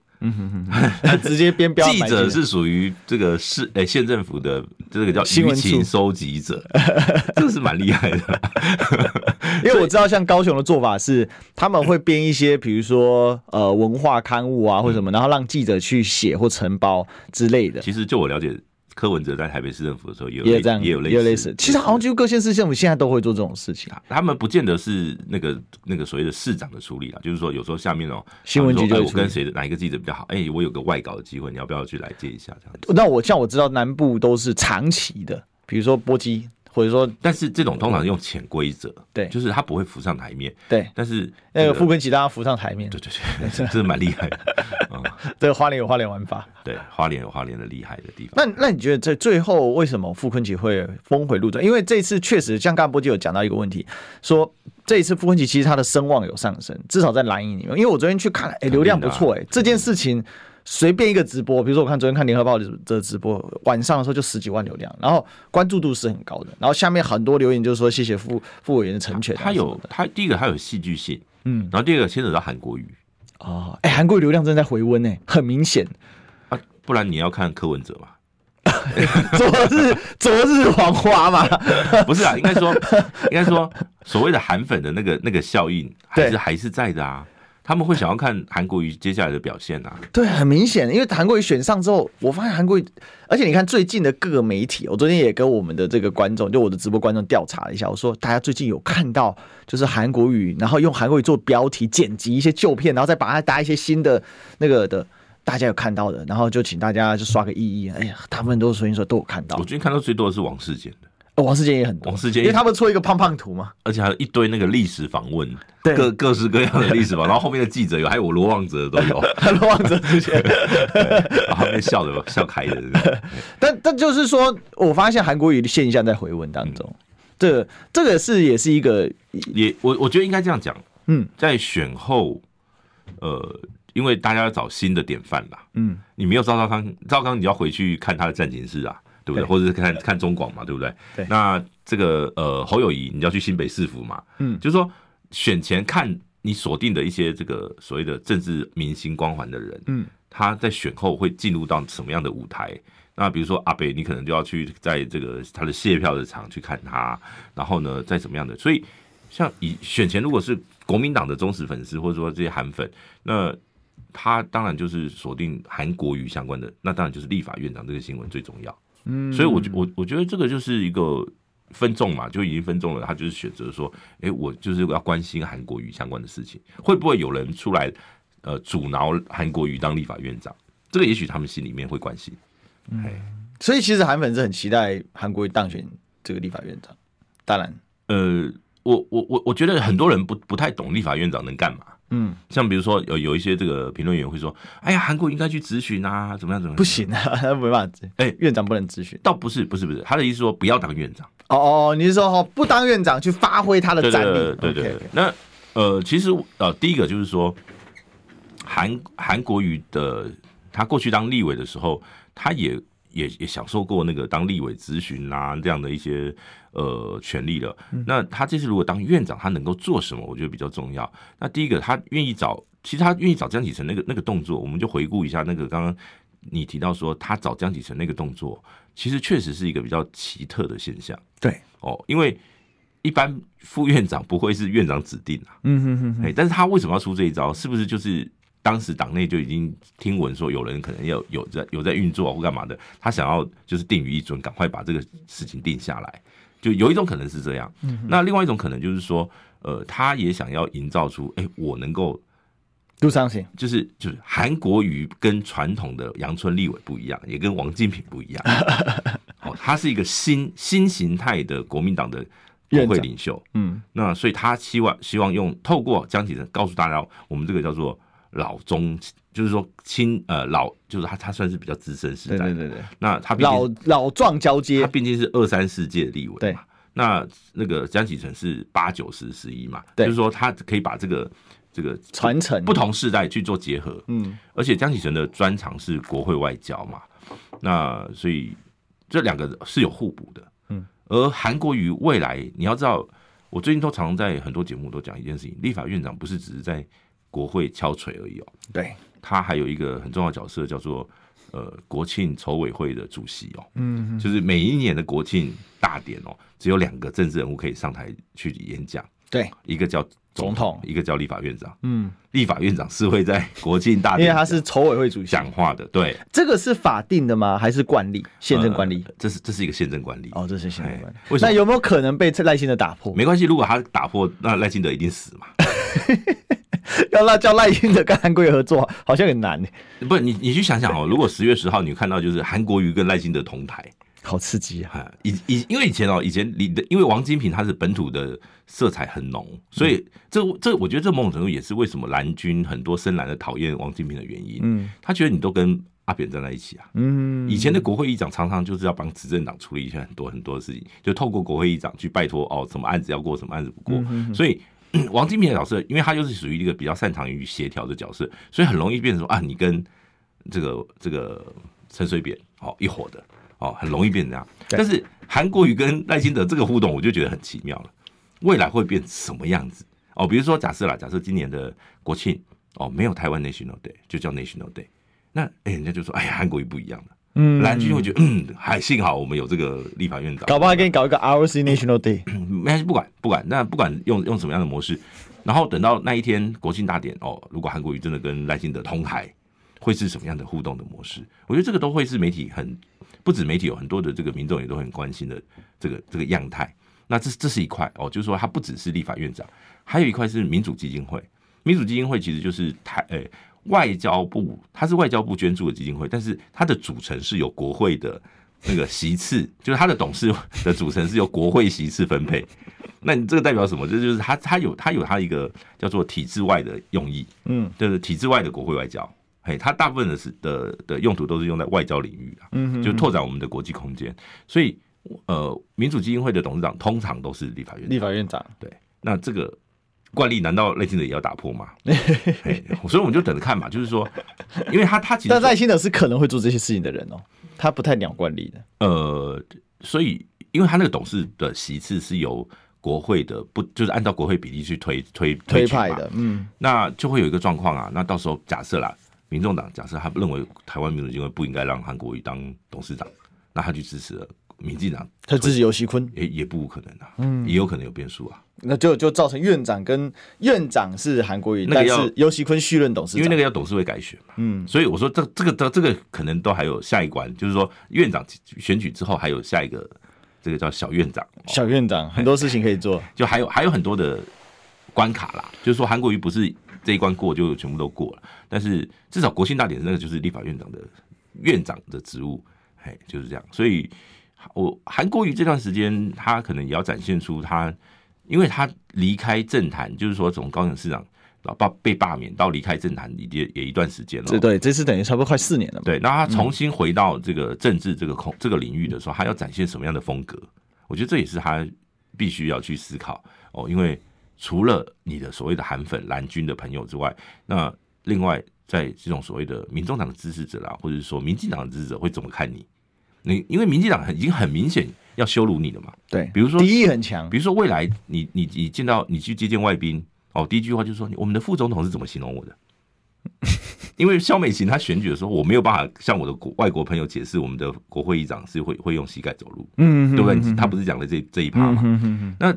[SPEAKER 2] 他直接编标
[SPEAKER 3] 记
[SPEAKER 2] 买进
[SPEAKER 3] 者
[SPEAKER 2] 来
[SPEAKER 3] 是属于这个市诶、县政府的这个叫
[SPEAKER 2] 新
[SPEAKER 3] 舆
[SPEAKER 2] 闻处
[SPEAKER 3] 情收
[SPEAKER 2] (laughs)
[SPEAKER 3] 集者，这个是蛮厉害的。 (laughs)
[SPEAKER 2] 因为我知道像高雄的做法是，他们会编一些，比如说呃文化刊物啊或什么，然后让记者去写或承包之类的，
[SPEAKER 3] 嗯其实就我了解，柯文哲在台北市政府的时候也有
[SPEAKER 2] 也有
[SPEAKER 3] 类
[SPEAKER 2] 这样，
[SPEAKER 3] 也有
[SPEAKER 2] 也有类
[SPEAKER 3] 似
[SPEAKER 2] 似。。其实好像几乎各县市政府现在都会做这种事情，啊
[SPEAKER 3] 他们不见得是那个那个所谓的市长的处理啦，就是说有时候下面哦、
[SPEAKER 2] 新闻局
[SPEAKER 3] 他们
[SPEAKER 2] 就会
[SPEAKER 3] 说哎我
[SPEAKER 2] 处理
[SPEAKER 3] 跟谁的哪一个记者比较好？哎、我有个外稿的机会，你要不要去来接一下这样子？
[SPEAKER 2] 那我像我知道南部都是长期的，比如说波基，或者说
[SPEAKER 3] 但是这种通常用潜规则，
[SPEAKER 2] 对
[SPEAKER 3] 就是他不会浮上台面，
[SPEAKER 2] 对。
[SPEAKER 3] 但是
[SPEAKER 2] 那
[SPEAKER 3] 这
[SPEAKER 2] 个
[SPEAKER 3] (laughs)
[SPEAKER 2] 傅昆奇，大家浮上台面
[SPEAKER 3] 对，对对，真的蛮厉害
[SPEAKER 2] (laughs)
[SPEAKER 3] 的。嗯，
[SPEAKER 2] 这个花莲有花莲玩法。
[SPEAKER 3] 对，花莲有花莲的厉害的地方。
[SPEAKER 2] 那那你觉得这最后为什么傅昆奇会峰回路转？因为这次确实像刚刚波基有讲到一个问题，说这一次傅昆奇其实他的声望有上升，至少在蓝营里面。因为我昨天去看，哎、流量不错，哎、这件事情随便一个直播，比如说我看昨天看联合报的直播，晚上的时候就十几万流量，然后关注度是很高的，然后下面很多留言就是说谢谢傅傅委员的成全啊
[SPEAKER 3] 他
[SPEAKER 2] 什么
[SPEAKER 3] 有
[SPEAKER 2] 的
[SPEAKER 3] 他第一个他有戏剧性，
[SPEAKER 2] 嗯
[SPEAKER 3] 然后第二个牵扯到韩国语
[SPEAKER 2] 哦，哎、韩国流量正在回温呢、很明显。
[SPEAKER 3] 啊，不然你要看柯文哲嘛。 (laughs)
[SPEAKER 2] 昨日 (laughs) 昨日黄花嘛，
[SPEAKER 3] 不是啊，应该说，应该说，所谓的韩粉的那个那个效应，还
[SPEAKER 2] 对
[SPEAKER 3] 是还是在的啊。他们会想要看韩国瑜接下来的表现啊。
[SPEAKER 2] 对，很明显，因为韩国瑜选上之后，我发现韩国瑜，而且你看最近的各个媒体，我昨天也跟我们的这个观众，就我的直播观众调查了一下，我说大家最近有看到就是韩国瑜，然后用韩国瑜做标题剪辑一些旧片，然后再把它搭一些新的那个的，大家有看到的，然后就请大家就刷个意义，哎呀，他们都所以说都有看到
[SPEAKER 3] 我，最近看到最多的是王世坚的，
[SPEAKER 2] 呃王世坚也很多，
[SPEAKER 3] 王世坚
[SPEAKER 2] 因为他们出一个胖胖图嘛，
[SPEAKER 3] 而且还有一堆那个历史访问，
[SPEAKER 2] 对
[SPEAKER 3] 各各式各样的历史访问，然后后面的记者有，还有我罗望哲都有，
[SPEAKER 2] 罗望哲出现。
[SPEAKER 3] 然后后面笑的笑开的，
[SPEAKER 2] 但但就是说，我发现韩国瑜的现象在回温当中，这这个是也是一个
[SPEAKER 3] 也我我觉得应该这样讲，
[SPEAKER 2] 嗯，
[SPEAKER 3] 在选后，呃，因为大家要找新的典范啦，
[SPEAKER 2] 嗯，
[SPEAKER 3] 你没有赵少康，赵康你要回去看他的战情室啊，对不
[SPEAKER 2] 对
[SPEAKER 3] 对？或者是看看中广嘛，对不对？
[SPEAKER 2] 对
[SPEAKER 3] 那这个呃侯友谊，你要去新北市府嘛，
[SPEAKER 2] 嗯
[SPEAKER 3] 就是说选前看你锁定的一些这个所谓的政治明星光环的人，
[SPEAKER 2] 嗯，
[SPEAKER 3] 他在选后会进入到什么样的舞台？那比如说阿北，你可能就要去在这个他的卸票的场去看他，然后呢，在什么样的？所以像以选前如果是国民党的忠实粉丝，或者说这些韩粉，那他当然就是锁定韩国瑜相关的，那当然就是立法院长这个新闻最重要。嗯，所以我觉我我觉得这个就是一个分众嘛，就已经分众了，他就是选择说，诶，我就是要关心韩国瑜相关的事情，会不会有人出来呃阻挠韩国瑜当立法院长？这个也许他们心里面会关心。
[SPEAKER 2] 所以其实韩粉是很期待韩国瑜当选这个立法院长。当然，
[SPEAKER 3] 呃，我我我我觉得很多人不不太懂立法院长能干嘛。
[SPEAKER 2] 嗯，
[SPEAKER 3] 像比如说有有一些这个评论员会说，哎呀，韩国瑜应该去咨询啊，怎么样怎么样？ (laughs)
[SPEAKER 2] 不，行啊，没办法，哎、
[SPEAKER 3] 哎
[SPEAKER 2] 院长不能咨询
[SPEAKER 3] 倒不是不是不是，他的意思说不要当院长，
[SPEAKER 2] 哦哦，你是说哦，不当院长去发挥他的
[SPEAKER 3] 对
[SPEAKER 2] 战力
[SPEAKER 3] 对？对对
[SPEAKER 2] OK，OK
[SPEAKER 3] 对。那呃，其实呃，第一个就是说，韩韩国瑜的他过去当立委的时候，他也也也享受过那个当立委咨询啊这样的一些呃权利了。
[SPEAKER 2] 嗯
[SPEAKER 3] 那他这次如果当院长，他能够做什么？我觉得比较重要。那第一个，他愿意找，其实他愿意找江启臣那个那个动作，我们就回顾一下那个刚刚你提到说他找江启臣那个动作，其实确实是一个比较奇特的现象。
[SPEAKER 2] 对，
[SPEAKER 3] 哦，因为一般副院长不会是院长指定啊，
[SPEAKER 2] 嗯哼哼，
[SPEAKER 3] 哎、但是他为什么要出这一招？是不是就是当时党内就已经听闻说有人可能要有在有在运作或干嘛的，他想要就是定于一尊，赶快把这个事情定下来。就有一种可能是这样，那另外一种可能就是说，呃，他也想要营造出，哎、我能够
[SPEAKER 2] 杜尚行，
[SPEAKER 3] 就是就是韩国瑜跟传统的阳春立委不一样，也跟王金平不
[SPEAKER 2] (laughs)
[SPEAKER 3] 一样。好、他是一个新新形态的国民党的国会领袖，
[SPEAKER 2] 嗯，
[SPEAKER 3] 那所以他希望希望用透过江启臣告诉大家，我们这个叫做老中，就是说亲呃老，就是他他算是比较资深时代
[SPEAKER 2] 对
[SPEAKER 3] 的，
[SPEAKER 2] 对对对，
[SPEAKER 3] 那他毕竟是
[SPEAKER 2] 老老壮交
[SPEAKER 3] 他
[SPEAKER 2] 接，
[SPEAKER 3] 毕竟是二三世界的立委
[SPEAKER 2] 对
[SPEAKER 3] 嘛。那那个江启臣是八九十十一嘛，
[SPEAKER 2] 对
[SPEAKER 3] 就是说他可以把这个这个
[SPEAKER 2] 传承
[SPEAKER 3] 不同世代去做结合，
[SPEAKER 2] 嗯，
[SPEAKER 3] 而且江启臣的专长是国会外交嘛，那所以这两个是有互补的，
[SPEAKER 2] 嗯。
[SPEAKER 3] 而韩国瑜未来，你要知道，我最近都常在很多节目都讲一件事情，立法院长不是只是在国会敲锤而已哦，
[SPEAKER 2] 对，
[SPEAKER 3] 他还有一个很重要的角色叫做呃国庆筹委会的主席哦，
[SPEAKER 2] 嗯，
[SPEAKER 3] 就是每一年的国庆大典哦，只有两个政治人物可以上台去演讲，
[SPEAKER 2] 对，
[SPEAKER 3] 一个叫
[SPEAKER 2] 总统
[SPEAKER 3] 一个叫立法院长。
[SPEAKER 2] 嗯，
[SPEAKER 3] 立法院长是会在国庆大
[SPEAKER 2] 因为
[SPEAKER 3] 典
[SPEAKER 2] 他是筹委会主席，
[SPEAKER 3] 讲话的，对，
[SPEAKER 2] 这个是法定的吗？还是惯例？宪政惯例？
[SPEAKER 3] 呃这是这是一个宪政惯例。
[SPEAKER 2] 哦，这是宪政惯例
[SPEAKER 3] 哎为。什么
[SPEAKER 2] 那有没有可能被赖幸的打破？
[SPEAKER 3] 没关系，如果他打破，那赖清德一定死嘛。 (laughs)
[SPEAKER 2] 要那叫赖幸的跟韩国瑜合作，好像很难耶，
[SPEAKER 3] 不，你你去想想哦，如果十月十号你看到就是韩国瑜跟赖清德同台，
[SPEAKER 2] 好刺激啊！
[SPEAKER 3] 啊，以以因为以前哦，以前你的因为王金平他是本土的色彩很浓，所以
[SPEAKER 2] 嗯
[SPEAKER 3] 这这我觉得这某种程度也是为什么蓝军很多深蓝的讨厌王金平的原因。
[SPEAKER 2] 嗯，
[SPEAKER 3] 他觉得你都跟阿扁站在一起啊。
[SPEAKER 2] 嗯，
[SPEAKER 3] 以前的国会议长常常就是要帮执政党处理一些很多很多的事情，就透过国会议长去拜托哦，什么案子要过，什么案子不过。所以嗯王金平的角色，因为他又是属于一个比较擅长于协调的角色，所以很容易变成说啊，你跟这个这个陈水扁哦一伙的哦，很容易变成这样。
[SPEAKER 2] 对
[SPEAKER 3] 但是韩国瑜跟赖清德这个互动，我就觉得很奇妙了，未来会变什么样子？哦，比如说假设啦，假设今年的国庆哦没有台湾 National Day，就叫 National Day，那哎、人家就说哎呀韩国瑜不一样了。
[SPEAKER 2] 嗯
[SPEAKER 3] 蓝军会觉得，嗯，还幸好我们有这个立法院长，
[SPEAKER 2] 搞不好还给你搞一个 ROC National Day，
[SPEAKER 3] 嗯没关系，不管不管，那不管用用什么样的模式，然后等到那一天国庆大典哦，如果韩国瑜真的跟赖清德同台，会是什么样的互动的模式？我觉得这个都会是媒体很不止媒体有很多的这个民众也都很关心的这个这个样态。那这这是一块哦，就是说它不只是立法院长，还有一块是民主基金会。民主基金会其实就是台呃、外交部，它是外交部捐助的基金会，但是它的组成是由国会的那个席次， (laughs) 就是它的董事的组成是由国会席次分配。那你这个代表什么？这就是它它有它有它一个叫做体制外的用意，
[SPEAKER 2] 嗯，
[SPEAKER 3] 就是体制外的国会外交。嘿，它大部分的是的的用途都是用在外交领域啊，
[SPEAKER 2] 嗯哼
[SPEAKER 3] 就拓展我们的国际空间。所以，呃，民主基金会的董事长通常都是立法院
[SPEAKER 2] 立法院长，
[SPEAKER 3] 对，那这个惯例难道赖清德也要打破
[SPEAKER 2] (laughs)
[SPEAKER 3] 吗？嘿所以我们就等着看嘛，就是说，因为他他其实
[SPEAKER 2] 但赖幸德是可能会做这些事情的人哦，他不太鸟惯例的。
[SPEAKER 3] 呃，所以因为他那个董事的席次是由国会的不就是按照国会比例去推推
[SPEAKER 2] 推
[SPEAKER 3] 举嘛
[SPEAKER 2] 派的，嗯，
[SPEAKER 3] 那就会有一个状况啊。那到时候假设啦，民众党假设他认为台湾民主基金会不应该让韩国瑜当董事长，那他去支持了民进党，
[SPEAKER 2] 他支持游锡坤，
[SPEAKER 3] 也也不无可能啊，嗯，也有可能有变数啊，
[SPEAKER 2] 那就就造成院长跟院长是韩国瑜，
[SPEAKER 3] 那
[SPEAKER 2] 但
[SPEAKER 3] 个要
[SPEAKER 2] 是游锡坤续任董事
[SPEAKER 3] 因
[SPEAKER 2] 长，
[SPEAKER 3] 为那个要董事会改选嘛，
[SPEAKER 2] 嗯，
[SPEAKER 3] 所以我说这这个这这个可能都还有下一关，就是说院长选举之后还有下一个这个叫小院长，哦
[SPEAKER 2] 小院长很多事情可以做，
[SPEAKER 3] 就还有还有很多的关卡啦，就是说韩国瑜不是这一关过就全部都过了，但是至少国庆大典那个就是立法院长的院长的职务，嘿，就是这样。所以我韩国瑜这段时间他可能也要展现出他，因为他离开政坛，就是说从高雄市长。然后罢被罢免到离开政坛也也一段时间
[SPEAKER 2] (laughs)
[SPEAKER 3] 了，
[SPEAKER 2] 这对这次等于差不多快四年了嘛，
[SPEAKER 3] 对，那他重新回到这个政治这个空、这个领域的时候，他要展现什么样的风格？我觉得这也是他必须要去思考哦，因为除了你的所谓的韩粉、蓝军的朋友之外，那另外在这种所谓的民众党的支持者啦，或者是说民进党的支持者会怎么看你？你因为民进党很已经很明显要羞辱你了嘛，
[SPEAKER 2] 对，
[SPEAKER 3] 比如说
[SPEAKER 2] 敌意很强，
[SPEAKER 3] 比如说未来你你你见到你去接见外宾哦，第一句话就是说我们的副总统是怎么形容我的？因为肖美琴她选举的时候，我没有办法向我的国外国朋友解释我们的国会议长是会会用膝盖走路，
[SPEAKER 2] 嗯，
[SPEAKER 3] 对不对？他不是讲了这这一趴嘛？
[SPEAKER 2] 嗯嗯嗯，
[SPEAKER 3] 那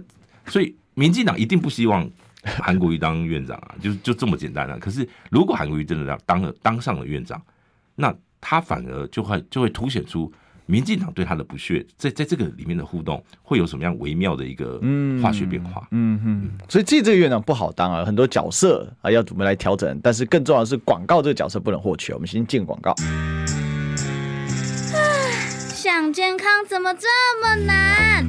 [SPEAKER 3] 所以民进党一定不希望韩国瑜当院长啊，就就这么简单啊。可是如果韩国瑜真的当当了当上了院长，那他反而就会就会凸显出民进党对他的不屑，在在这个里面的互动会有什么样微妙的一个化学变化？
[SPEAKER 2] 嗯嗯，所以这这个院长不好当啊，很多角色啊要怎么来调整，但是更重要的是广告这个角色不能获取。我们先进广告。
[SPEAKER 4] 想健康怎么这么难？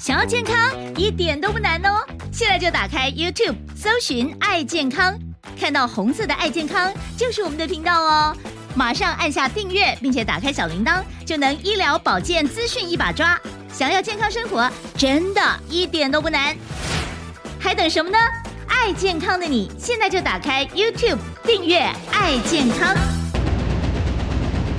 [SPEAKER 5] 想要健康一点都不难哦！现在就打开 YouTube 搜寻“爱健康”，看到红色的“爱健康”就是我们的频道哦。马上按下订阅，并且打开小铃铛，就能医疗保健资讯一把抓。想要健康生活，真的一点都不难，还等什么呢？爱健康的你，现在就打开 YouTube 订阅“爱健康”。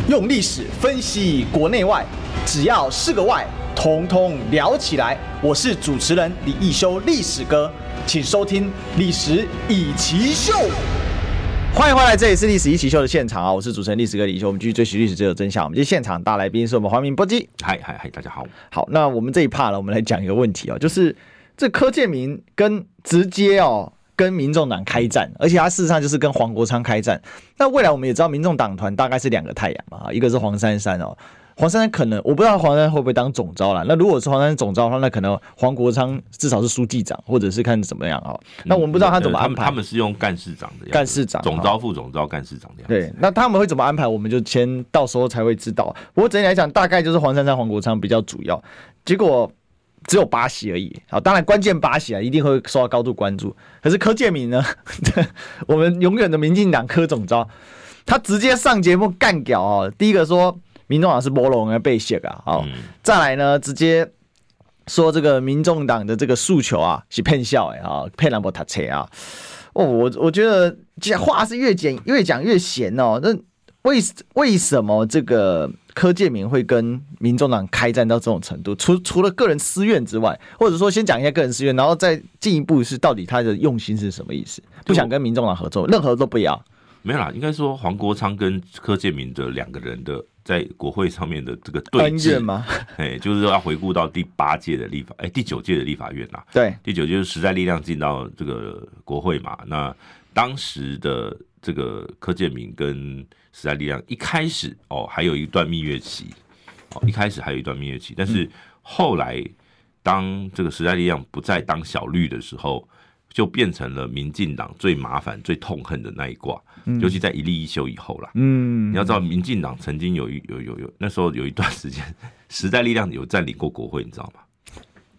[SPEAKER 1] 用历史分析国内外，只要是个“外”，统统聊起来。我是主持人李一修，历史哥，请收听《历史以奇秀》。
[SPEAKER 2] 欢迎回来，这里是《历史一起秀》的现场啊，我是主持人历史哥李修，我们继续追寻历史只有真相。我们今天现场大来宾是我们黄明波基。
[SPEAKER 3] 嗨嗨嗨，大家好。
[SPEAKER 2] 好，那我们这一趴呢，我们来讲一个问题哦，就是这柯建明跟直接哦跟民众党开战，而且他事实上就是跟黄国昌开战。那未来我们也知道，民众党团大概是两个太阳嘛，一个是黄珊珊哦。黄珊珊可能我不知道黄珊珊会不会当总招啦。那如果是黄珊珊总招的话，那可能黄国昌至少是书记长，或者是看怎么样哦。那我们不知道他怎么
[SPEAKER 3] 呃
[SPEAKER 2] 安
[SPEAKER 3] 他
[SPEAKER 2] 排
[SPEAKER 3] 们。他们是用干事长的样子
[SPEAKER 2] 干事长
[SPEAKER 3] 总招、副总招、干事长的样子。
[SPEAKER 2] 对，那他们会怎么安排，我们就先到时候才会知道。不过整体来讲，大概就是黄珊珊、黄国昌比较主要，结果只有八席而已。好，当然关键八席啊，一定会受到高度关注。可是柯建明呢， (laughs) 我们永远的民进党柯总召，他直接上节目干掉哦。第一个说民众党是博龙而被写啊，好、
[SPEAKER 3] 嗯
[SPEAKER 2] 再来呢，直接说这个民众党的这个诉求啊是骗笑哎啊，骗兰博塔车啊。哦，我我觉得这话是越讲越讲越闲哦。那为为什么这个柯建明会跟民众党开战到这种程度？除除了个人私怨之外，或者说先讲一下个人私怨，然后再进一步是到底他的用心是什么意思？不想跟民众党合作，任何都不要。
[SPEAKER 3] 没有啦，应该说黄国昌跟柯建明的两个人的在国会上面的这个对
[SPEAKER 2] 恩
[SPEAKER 3] 峙
[SPEAKER 2] 怨？吗？
[SPEAKER 3] 哎，就是要回顾到第八届的立法，哎，第九届的立法院啊啦。
[SPEAKER 2] 对，
[SPEAKER 3] 第九届就是时代力量进到这个国会嘛，那当时的这个柯建明跟时代力量一开始哦，还有一段蜜月期，哦，一开始还有一段蜜月期，
[SPEAKER 2] 嗯
[SPEAKER 3] 但是后来当这个时代力量不再当小绿的时候，就变成了民进党最麻烦、最痛恨的那一卦，尤其在一例一休以后啦。
[SPEAKER 2] 嗯
[SPEAKER 3] 你要知道，民进党曾经有一有有有那时候有一段时间， (laughs) 时代力量有占领过国会，你知道吗？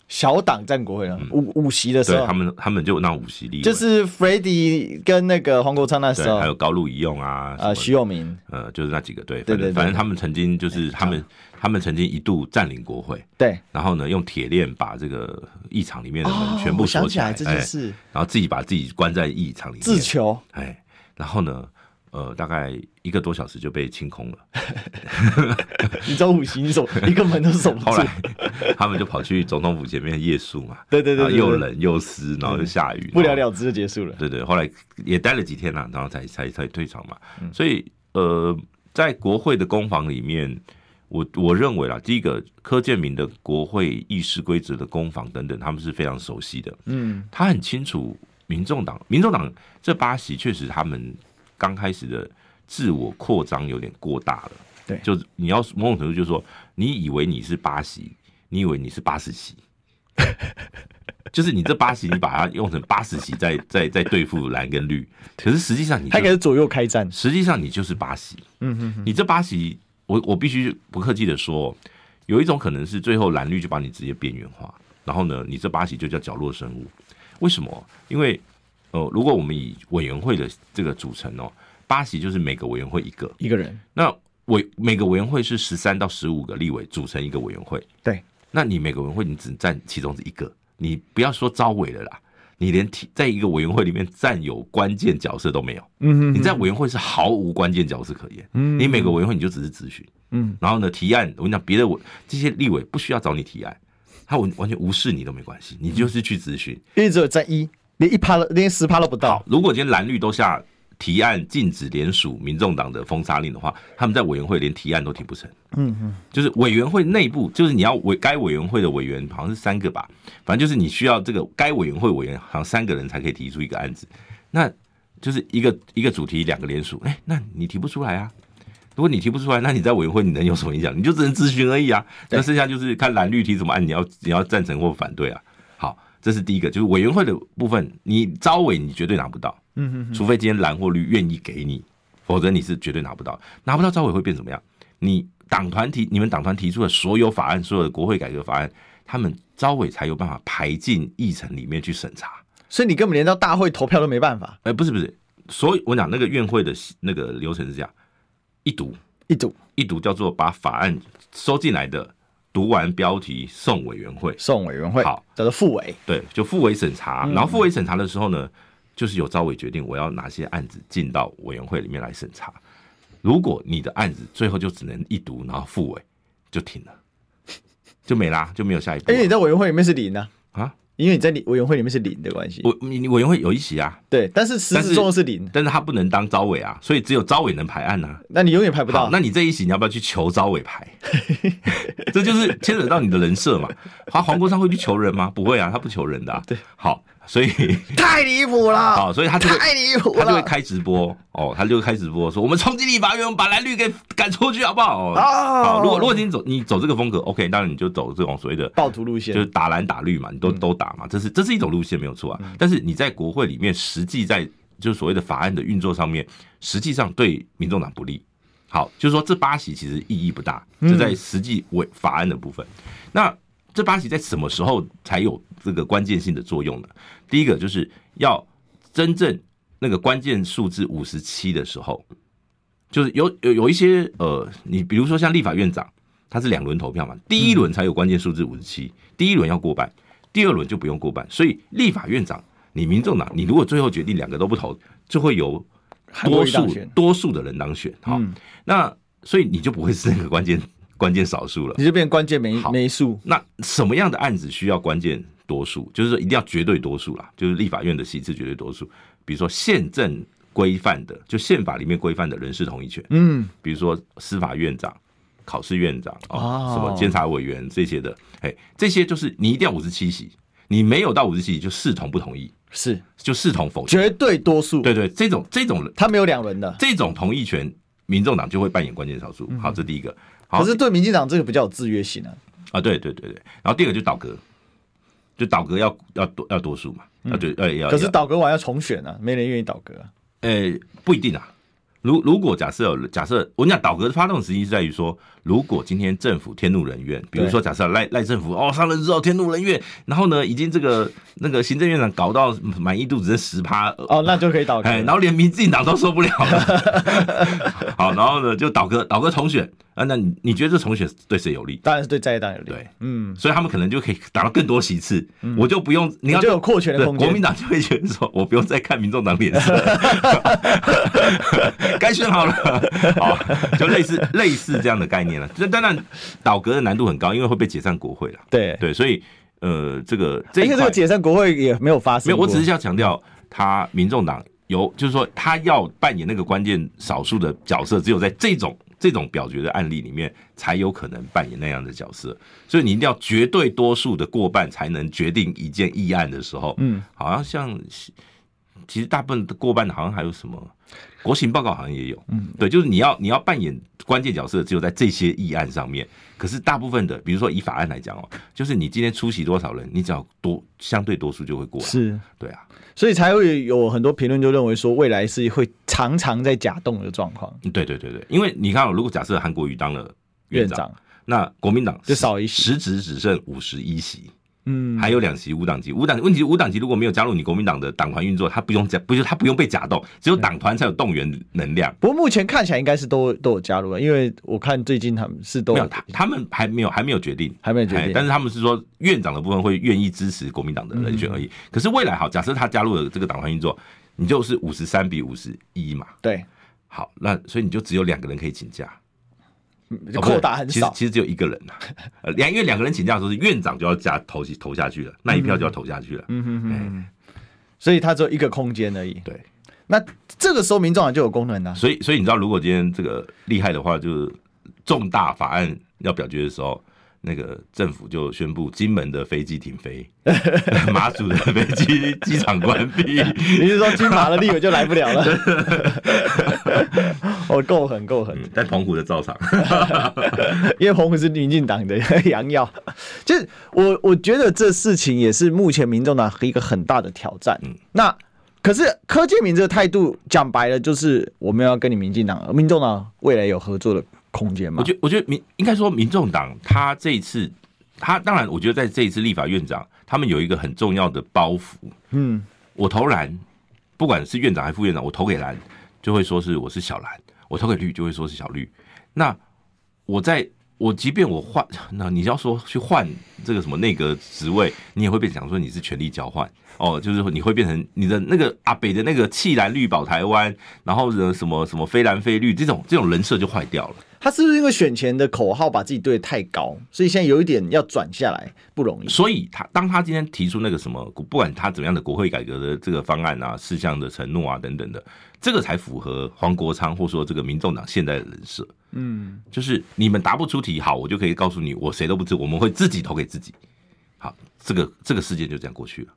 [SPEAKER 2] 小党占国会
[SPEAKER 3] 嗯
[SPEAKER 2] 了，五五席的时
[SPEAKER 3] 对
[SPEAKER 2] 候
[SPEAKER 3] 他，们，他们就有那五席立委，
[SPEAKER 2] 啊就是 f r e d d y 跟那个黄国昌那时
[SPEAKER 3] 对，还
[SPEAKER 2] 候，
[SPEAKER 3] 有高路一用啊，
[SPEAKER 2] 呃，
[SPEAKER 3] 什
[SPEAKER 2] 徐
[SPEAKER 3] 么
[SPEAKER 2] 永明，
[SPEAKER 3] 呃，就是那几个对，
[SPEAKER 2] 对
[SPEAKER 3] 反
[SPEAKER 2] 对对
[SPEAKER 3] 正反正他们曾经就是他们他们曾经一度占领国会，
[SPEAKER 2] 对，
[SPEAKER 3] 然后呢用铁链把这个议场里面的门全
[SPEAKER 2] 哦我
[SPEAKER 3] 部
[SPEAKER 2] 想
[SPEAKER 3] 锁
[SPEAKER 2] 起来这件
[SPEAKER 3] 哎
[SPEAKER 2] 事，
[SPEAKER 3] 然后自己把自己关在议场里面，
[SPEAKER 2] 自求。
[SPEAKER 3] 哎，然后呢，呃，大概一个多小时就被清空了。
[SPEAKER 2] 你知道五行手
[SPEAKER 3] (laughs)
[SPEAKER 2] 一个门都守不
[SPEAKER 3] 哎后
[SPEAKER 2] 住 (laughs)
[SPEAKER 3] 来，他们就跑去总统府前面夜宿嘛，
[SPEAKER 2] 对对对
[SPEAKER 3] 然后
[SPEAKER 2] 对对
[SPEAKER 3] 又冷又湿，然后又下雨，
[SPEAKER 2] 不了
[SPEAKER 3] 然后
[SPEAKER 2] 了之就结束了。
[SPEAKER 3] 对对，后来也待了几天啦、然后才才才退场嘛。
[SPEAKER 2] 嗯
[SPEAKER 3] 所以呃，在国会的攻防里面，我我认为啦，第一个柯建明的国会议事规则的攻防等等，他们是非常熟悉的。
[SPEAKER 2] 嗯，
[SPEAKER 3] 他很清楚民众党，民众党这八席确实他们刚开始的自我扩张有点过大了。
[SPEAKER 2] 对
[SPEAKER 3] 就是你要某种程度就是说，你以为你是八席，你以为你是八十席。 (laughs) 就是你这八席，你把它用成八十席在在在对付蓝跟绿，可是实际上你就
[SPEAKER 2] 他可是左右开战。
[SPEAKER 3] 实际上你就是八席，
[SPEAKER 2] 嗯嗯嗯，
[SPEAKER 3] 你这八席，我我必须不客气的说，有一种可能是最后蓝绿就把你直接边缘化，然后呢，你这八席就叫角落生物。为什么？因为呃，如果我们以委员会的这个组成哦，八席就是每个委员会一个，
[SPEAKER 2] 一个人
[SPEAKER 3] 那委每个委员会是十三到十五个立委组成一个委员会，
[SPEAKER 2] 对，
[SPEAKER 3] 那你每个委员会你只占其中之一个，你不要说招委了啦，你连提在一个委员会里面占有关键角色都没有。
[SPEAKER 2] 嗯
[SPEAKER 3] 你在委员会是毫无关键角色可言，你每个委员会你就只是咨询，
[SPEAKER 2] 嗯，
[SPEAKER 3] 然后呢提案，我跟你讲，别的委这些立委不需要找你提案，他完完全无视你都没关系，你就是去咨询。
[SPEAKER 2] 因为只有占一，连一趴都连十趴都不到
[SPEAKER 3] 好，，如果今天蓝绿都下提案禁止联署民众党的封杀令的话，他们在委员会连提案都提不成。
[SPEAKER 2] 嗯嗯，
[SPEAKER 3] 就是委员会内部，就是你要委该委员会的委员好像是三个吧，反正就是你需要这个该委员会委员好像三个人才可以提出一个案子，那就是一个一个主题两个联署，哎、那你提不出来啊。如果你提不出来，那你在委员会你能有什么影响？你就只能咨询而已啊。
[SPEAKER 2] 对
[SPEAKER 3] 那剩下就是看蓝绿提什么案，你要你要赞成或反对啊。好，这是第一个，就是委员会的部分，你招委你绝对拿不到，
[SPEAKER 2] 嗯哼，
[SPEAKER 3] 除非今天蓝或绿愿意给你，否则你是绝对拿不到。拿不到招委会变怎么样？你党团提你们党团提出的所有法案，所有的国会改革法案，他们招委才有办法排进议程里面去审查。
[SPEAKER 2] 所以你根本连到大会投票都没办法，
[SPEAKER 3] 哎、不是不是，所以我讲那个院会的那个流程是这样：一读
[SPEAKER 2] 一组
[SPEAKER 3] 一读叫做把法案收进来的读完标题送委员会，
[SPEAKER 2] 送委员会，
[SPEAKER 3] 好，
[SPEAKER 2] 叫做副委，
[SPEAKER 3] 对，就复委审查。然后复委审查的时候呢，就是有招委决定我要哪些案子进到委员会里面来审查。如果你的案子最后就只能一读，然后复委就停了，就没啦，就没有下一步
[SPEAKER 2] 因哎为你
[SPEAKER 3] 了
[SPEAKER 2] 在委员会里面是零啊，
[SPEAKER 3] 啊。
[SPEAKER 2] 因为你在里委员会里面是零的关系，
[SPEAKER 3] 我你你委员会有一席啊，
[SPEAKER 2] 对，但是实
[SPEAKER 3] 但
[SPEAKER 2] 质
[SPEAKER 3] 是
[SPEAKER 2] 中的是零，
[SPEAKER 3] 但是他不能当招委啊，所以只有招委能排案啊。
[SPEAKER 2] 那你永远排不
[SPEAKER 3] 好
[SPEAKER 2] 到，，
[SPEAKER 3] 那你这一席你要不要去求招委排？ (laughs) 这就是牵扯到你的人设嘛。他黄国昌会去求人吗？不会啊，他不求人的、啊。对，好，所以
[SPEAKER 2] 太离谱了，
[SPEAKER 3] 好，所以他就会
[SPEAKER 2] 太离谱
[SPEAKER 3] 他就会
[SPEAKER 2] 了，
[SPEAKER 3] 开直播哦，他就会开直播说：“我们冲击立法院，我们把蓝绿给赶出去，好不好？”哦，
[SPEAKER 2] 哦
[SPEAKER 3] 好，如果如果你走你走这个风格，OK，当然你就走这种所谓的
[SPEAKER 2] 暴徒路
[SPEAKER 3] 就
[SPEAKER 2] 线
[SPEAKER 3] 是打蓝打绿嘛，你都都打嘛，这是这是一种路线没有错啊。但是你在国会里面实际在就是所谓的法案的运作上面，实际上对民众党不利。好，就是说这八席其实意义不大，就在实际为法案的部分。那这八席在什么时候才有这个关键性的作用呢？第一个就是要真正那个关键数字五十七的时候，就是有有有一些呃，你比如说像立法院长，他是两轮投票嘛，第一轮才有关键数字五十七，第一轮要过半，第二轮就不用过半，所以立法院长，你民众党，你如果最后决定两个都不投，就会由
[SPEAKER 2] 韩国
[SPEAKER 3] 多
[SPEAKER 2] 瑜当
[SPEAKER 3] 数
[SPEAKER 2] 选
[SPEAKER 3] 多数的人当选，好，
[SPEAKER 2] 嗯
[SPEAKER 3] 那所以你就不会是那个关键 (laughs) 关键少数了
[SPEAKER 2] 你。就变关键没
[SPEAKER 3] 好
[SPEAKER 2] 没数，
[SPEAKER 3] 那什么样的案子需要关键多数？就是说一定要绝对多数啦，就是立法院的席次绝对多数。比如说宪政规范的，就宪法里面规范的人事同意权，
[SPEAKER 2] 嗯，
[SPEAKER 3] 比如说司法院长、考试院长啊、
[SPEAKER 2] 哦
[SPEAKER 3] 什么监察委员这些的，哎，这些就是你一定要五十七席，你没有到五十七席就视同不同意，
[SPEAKER 2] 是
[SPEAKER 3] 就视同否决。
[SPEAKER 2] 绝对多数，
[SPEAKER 3] 对对，这种这种
[SPEAKER 2] 他没有两轮的，
[SPEAKER 3] 这种同意权，民众党就会扮演关键少数。好，这第一个。好
[SPEAKER 2] 嗯可是对民进党这个比较有制约性啊，
[SPEAKER 3] 啊，对对对对，然后第二个就倒戈，就倒戈要要多要多数嘛，要对呃要，
[SPEAKER 2] 嗯可是
[SPEAKER 3] 要
[SPEAKER 2] 倒戈完要重选啊，没人愿意倒戈啊，
[SPEAKER 3] 呃不一定啊。如如果假设有假设我跟你讲倒戈的发动的时机是在于说，如果今天政府天怒人怨，比如
[SPEAKER 2] 对
[SPEAKER 3] 说假设赖赖政府哦上任之后天怒人怨，然后呢已经这个那个行政院长搞到满意度只剩十趴，
[SPEAKER 2] 哦，那就可以倒戈
[SPEAKER 3] 哎，，然后连民进党都受不了了。 (laughs) 好，然后呢就倒戈倒戈重选啊，那你你觉得这重选对谁有利？
[SPEAKER 2] 当然是对在野党有利，
[SPEAKER 3] 对，
[SPEAKER 2] 嗯，
[SPEAKER 3] 所以他们可能就可以打到更多席次，我就不用你
[SPEAKER 2] 你
[SPEAKER 3] 要
[SPEAKER 2] 就有扩权的
[SPEAKER 3] 对
[SPEAKER 2] 空间，
[SPEAKER 3] 国民党就会觉得说，我不用再看民众党脸色了， (laughs) 该选好了，好，就类似类似这样的概念了。这当然倒戈的难度很高，因为会被解散国会了。
[SPEAKER 2] 对，
[SPEAKER 3] 对，所以呃，这个这
[SPEAKER 2] 而
[SPEAKER 3] 一
[SPEAKER 2] 且这
[SPEAKER 3] 块
[SPEAKER 2] 个解散国会也没有发生
[SPEAKER 3] 没有，
[SPEAKER 2] 过，
[SPEAKER 3] 我只是要强调，他民众党有，就是说他要扮演那个关键少数的角色，只有在这种这种表决的案例里面，才有可能扮演那样的角色。所以你一定要绝对多数的过半，才能决定一件议案的时候，
[SPEAKER 2] 嗯，
[SPEAKER 3] 好像像其实大部分的过半的好像还有什么国情报告好像也有，嗯，对，就是你要你要扮演关键角色，只有在这些议案上面。可是大部分的，比如说以法案来讲哦，就是你今天出席多少人，你只要多相对多数就会过来，
[SPEAKER 2] 是，
[SPEAKER 3] 对啊，
[SPEAKER 2] 所以才会有很多评论就认为说未来是会常常在假动的状况，
[SPEAKER 3] 对对对对，因为你看、哦，如果假设韩国瑜当了院
[SPEAKER 2] 院
[SPEAKER 3] 长，
[SPEAKER 2] 长，
[SPEAKER 3] 那国民党
[SPEAKER 2] 就少一席
[SPEAKER 3] 实质只剩五十一席，
[SPEAKER 2] 嗯，
[SPEAKER 3] 还有两席无党籍，无党问题，无党籍如果没有加入你国民党的党团运作，他不用加，不就他不用被假动，只有党团才有动员能量。
[SPEAKER 2] 不过目前看起来应该是都都有加入了，因为我看最近他们是都
[SPEAKER 3] 没有，他他们还没有还没有决定，
[SPEAKER 2] 还没有决定
[SPEAKER 3] 哎但是他们是说院长的部分会愿意支持国民党的人选而
[SPEAKER 2] 嗯
[SPEAKER 3] 已。可是未来好，假设他加入了这个党团运作，你就是五十三比五十一嘛。
[SPEAKER 2] 对
[SPEAKER 3] 好，那所以你就只有两个人可以请假，哦
[SPEAKER 2] 扣打很
[SPEAKER 3] 不是其实
[SPEAKER 2] 少，
[SPEAKER 3] 其实只有一个人呐、呃，两因为两个人请假的时候，是院长就要加投投下去了，那一票就要投下去了。嗯哼哼，
[SPEAKER 2] 所以他只有一个空间而已。
[SPEAKER 3] 对。
[SPEAKER 2] 那这个时候民众党就有功能了、啊
[SPEAKER 3] 所以，所以你知道，如果今天这个厉害的话，就是重大法案要表决的时候，那个政府就宣布金门的飞机停飞，马祖的飞机机场关闭。
[SPEAKER 2] (laughs) 你是说金马的立委就来不了了？ (laughs) 哦，够狠够狠，
[SPEAKER 3] 在嗯澎湖的造场，
[SPEAKER 2] 因为红虎是民进党的洋药，就是我我觉得这事情也是目前民众党一个很大的挑战。那可是柯建明这个态度，讲白了就是我们要跟你民进党、民众党未来有合作的空间嘛
[SPEAKER 3] 我？觉我觉得民应该说民众党他这一次，他当然我觉得在这一次立法院长，他们有一个很重要的包袱。
[SPEAKER 2] 嗯，
[SPEAKER 3] 我投蓝，不管是院长还是副院长，我投给蓝就会说是我是小蓝，我投给绿就会说是小绿。那我在我即便我换，那你要说去换这个什么内阁职位，你也会被讲说你是权力交换哦，就是你会变成你的那个阿北的那个弃蓝绿保台湾，然后呢什么什么非蓝非绿这种这种人设就坏掉了。
[SPEAKER 2] 他是不是因为选前的口号把自己堆得太高，所以现在有一点要转下来不容易？
[SPEAKER 3] 所以他当他今天提出那个什么，不管他怎么样的国会改革的这个方案啊、事项的承诺啊等等的，这个才符合黄国昌或说这个民众党现在的人设。嗯，就是你们答不出题，好，我就可以告诉你，我谁都不知，我们会自己投给自己。好，这个这个事件就这样过去了，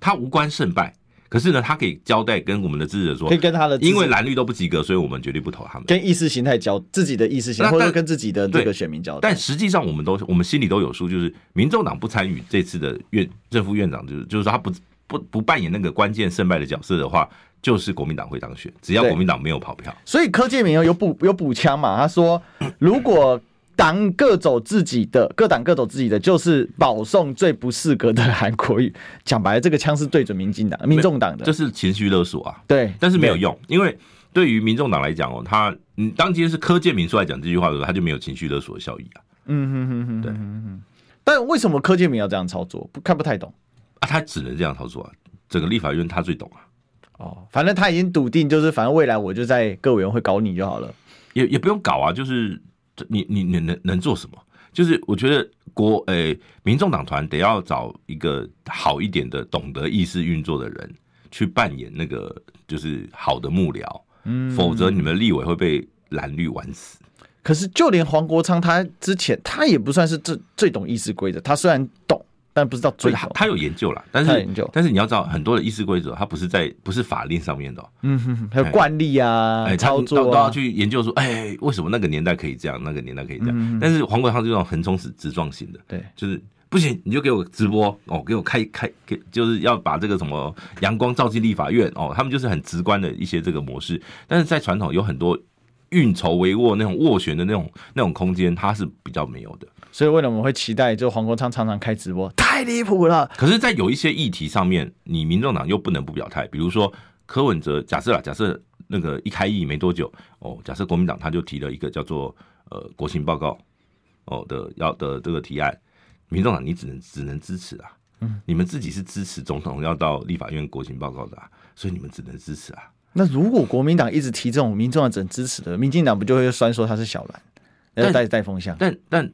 [SPEAKER 3] 他无关胜败。可是呢，他可以交代跟我们的支持者说，
[SPEAKER 2] 可以跟他的支持
[SPEAKER 3] 因为蓝绿都不及格，所以我们决定不投他们。
[SPEAKER 2] 跟意识形态交自己的意识形态，
[SPEAKER 3] 那
[SPEAKER 2] 或者
[SPEAKER 3] 但
[SPEAKER 2] 跟自己的这个
[SPEAKER 3] 对
[SPEAKER 2] 选民交代。
[SPEAKER 3] 但实际上，我们都我们心里都有数，就是民众党不参与这次的院正副院长，就是就是说他不不不扮演那个关键胜败的角色的话，就是国民党会当选，只要
[SPEAKER 2] 对
[SPEAKER 3] 国民党没有跑票。
[SPEAKER 2] 所以柯建明哦有补有补枪嘛？他说，如果党各走自己的，各党各走自己的，就是保送最不适格的韩国语。讲白了，这个枪是对准民进党、民众党的，
[SPEAKER 3] 这是情绪勒索啊，
[SPEAKER 2] 对，
[SPEAKER 3] 但是没有用，因为对于民众党来讲哦，他嗯，当今天是柯建明出来讲这句话的时候，他就没有情绪勒索的效益啊。
[SPEAKER 2] 嗯哼哼哼，
[SPEAKER 3] 对
[SPEAKER 2] 哼哼但为什么柯建明要这样操作？不看不太懂
[SPEAKER 3] 啊，他只能这样操作啊，整个立法院他最懂啊，
[SPEAKER 2] 哦。反正他已经笃定，就是反正未来我就在各委员会搞你就好了。
[SPEAKER 3] 也也不用搞啊，就是这你你你能能做什么？就是我觉得国诶、民众党团得要找一个好一点的、懂得意识运作的人去扮演那个就是好的幕僚，嗯，否则你们立委会被蓝绿玩死。
[SPEAKER 2] 可是就连黄国昌他之前他也不算是最最懂议事规则，他虽然懂，但不知道
[SPEAKER 3] 所
[SPEAKER 2] 最
[SPEAKER 3] 以他
[SPEAKER 2] 懂。
[SPEAKER 3] 他有研究啦，但
[SPEAKER 2] 他有
[SPEAKER 3] 是
[SPEAKER 2] 研究
[SPEAKER 3] 但是你要知道，很多的议事规则它不是在不是法令上面的、哦，
[SPEAKER 2] 嗯哼哼，还有惯例啊，
[SPEAKER 3] 哎，他
[SPEAKER 2] 操
[SPEAKER 3] 们
[SPEAKER 2] 作、啊、
[SPEAKER 3] 都都要去研究说，哎，为什么那个年代可以这样，那个年代可以
[SPEAKER 2] 嗯
[SPEAKER 3] 这样？但是黄国昌这种横冲直直撞型的，
[SPEAKER 2] 对
[SPEAKER 3] 就是不行，你就给我直播哦，给我开开，给就是要把这个什么阳光照进立法院哦，他们就是很直观的一些这个模式。但是在传统有很多运筹帷幄那种斡旋的那种那种空间，它是比较没有的。
[SPEAKER 2] 所以为了我们会期待，就黄国昌常常开直播，太离谱了。
[SPEAKER 3] 可是，在有一些议题上面，你民众党又不能不表态，比如说柯文哲，假设啊，假设那个一开议没多久，哦，假设国民党他就提了一个叫做呃国情报告哦的要的这个提案，民众党你只能只能支持啊，嗯，你们自己是支持总统要到立法院国情报告的、啊，所以你们只能支持啊。
[SPEAKER 2] 那如果国民党一直提这种民众党整支持的，民进党不就会酸说他是小蓝，要
[SPEAKER 3] 但
[SPEAKER 2] 带带风向， (laughs)
[SPEAKER 3] 但但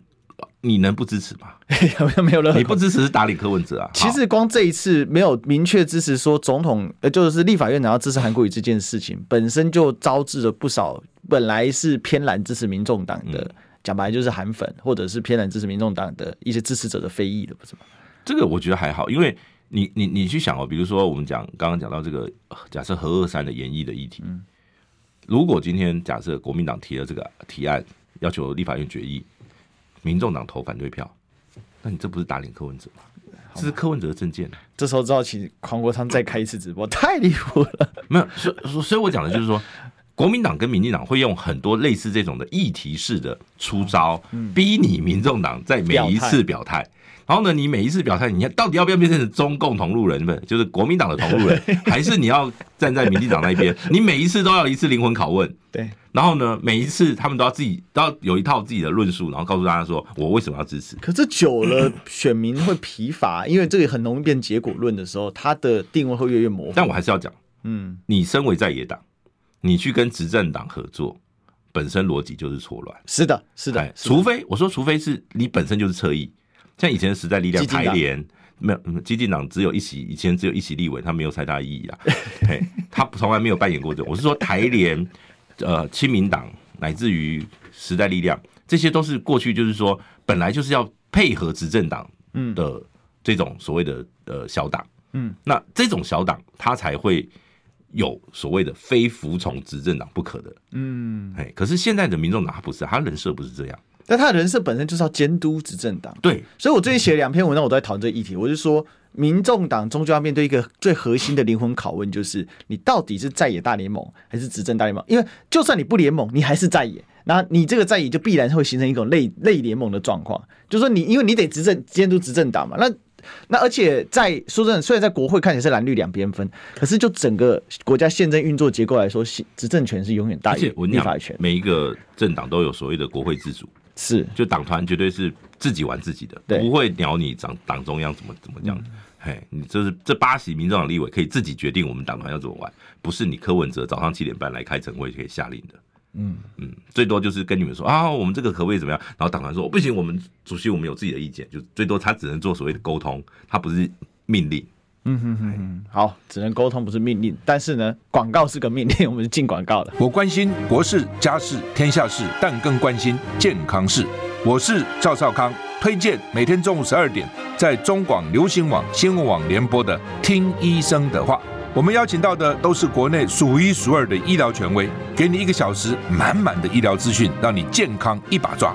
[SPEAKER 3] 你能不支持吗？
[SPEAKER 2] 有没有没有任何
[SPEAKER 3] 你不支持是打脸柯文哲啊。
[SPEAKER 2] 其实光这一次没有明确支持说总统，呃，就是立法院长要支持韩国瑜这件事情，本身就招致了不少本来是偏蓝支持民众党的，讲、白了就是韩粉或者是偏蓝支持民众党的一些支持者的非议的，不是吗？
[SPEAKER 3] 这个我觉得还好，因为你你你去想哦，比如说我们讲刚刚讲到这个呃假设核二三的演绎的议题，如果今天假设国民党提了这个提案，要求立法院决议，民众党投反对票，那你这不是打脸柯文哲吗？这是柯文哲的政见啊，
[SPEAKER 2] 这时候知道，请黄国昌再开一次直播，太离谱了。
[SPEAKER 3] 没有，所所所以我讲的就是说。国民党跟民进党会用很多类嗯似这种的议题式的出招，逼你民众党在每一次表态。然后呢，你每一次表态，你到底要不要变成中共同路人？不是，就是国民党的同路 (laughs) 人，还是你要站在民进党那一边？你每一次都要一次灵魂拷问。
[SPEAKER 2] 对，
[SPEAKER 3] 然后呢，每一次他们都要自己都要有一套自己的论述，然后告诉大家说我为什么要支持。
[SPEAKER 2] 可这久了，选民会疲乏，因为这个很容易变结果论的时候，它的定位会越来越模糊。
[SPEAKER 3] 但我还是要讲，
[SPEAKER 2] 嗯，
[SPEAKER 3] 你身为在野党，你去跟执政党合作，本身逻辑就是错乱。
[SPEAKER 2] 是的，是的
[SPEAKER 3] 哎，
[SPEAKER 2] 是的
[SPEAKER 3] 除非我说，除非是你本身就是侧翼，像以前的时代力量
[SPEAKER 2] 激进
[SPEAKER 3] 台
[SPEAKER 2] 党
[SPEAKER 3] 联。没有，嗯激进党只有一席，以前只有一席立委，他没有太大意义啊。 (laughs) 嘿，他从来没有扮演过这个。我是说台联、呃，亲民党乃至于时代力量，这些都是过去就是说本来就是要配合执政党
[SPEAKER 2] 嗯
[SPEAKER 3] 的这种所谓的呃小党。
[SPEAKER 2] 嗯，
[SPEAKER 3] 那这种小党他才会有所谓的非服从执政党不可的。
[SPEAKER 2] 嗯，
[SPEAKER 3] 哎，可是现在的民众党他不是，他人设不是这样。
[SPEAKER 2] 但他的人设本身就是要监督执政党。
[SPEAKER 3] 对，
[SPEAKER 2] 所以我最近写了两篇文章，我都在讨论这个议题。我就说，民众党终究要面对一个最核心的灵魂拷问，就是你到底是在野大联盟还是执政大联盟？因为就算你不联盟，你还是在野，那你这个在野就必然会形成一种类类联盟的状况，就是说你因为你得执政监督执政党嘛，那。那而且在说真的，虽然在国会看起来是蓝绿两边分，可是就整个国家宪政运作结构来说，行执政权是永远大
[SPEAKER 3] 而
[SPEAKER 2] 于
[SPEAKER 3] 且我跟你
[SPEAKER 2] 立
[SPEAKER 3] 讲
[SPEAKER 2] 法权。
[SPEAKER 3] 每一个政党都有所谓的国会自主，
[SPEAKER 2] 是，
[SPEAKER 3] 就党团绝对是自己玩自己的，
[SPEAKER 2] 对嗯
[SPEAKER 3] 不会鸟你党党中央怎么怎么样。嘿，你这是这八席民众党立委可以自己决定我们党团要怎么玩，不是你柯文哲早上七点半来开晨会可以下令的。
[SPEAKER 2] 嗯
[SPEAKER 3] 嗯，最多就是跟你们说啊，我们这个可不可以怎么样？然后党团说、哦不行，我们主席我们有自己的意见，就最多他只能做所谓的沟通，他不是命令。
[SPEAKER 2] 嗯哼哼哼，好，只能沟通不是命令，但是呢，广告是个命令，我们是进广告的。
[SPEAKER 6] 我关心国事、家事、天下事，但更关心健康事。我是赵少康，推荐每天中午十二点在中广流行网、新闻网联播的《听医生的话》。我们邀请到的都是国内数一数二的医疗权威，给你一个小时满满的医疗资讯，让你健康一把抓。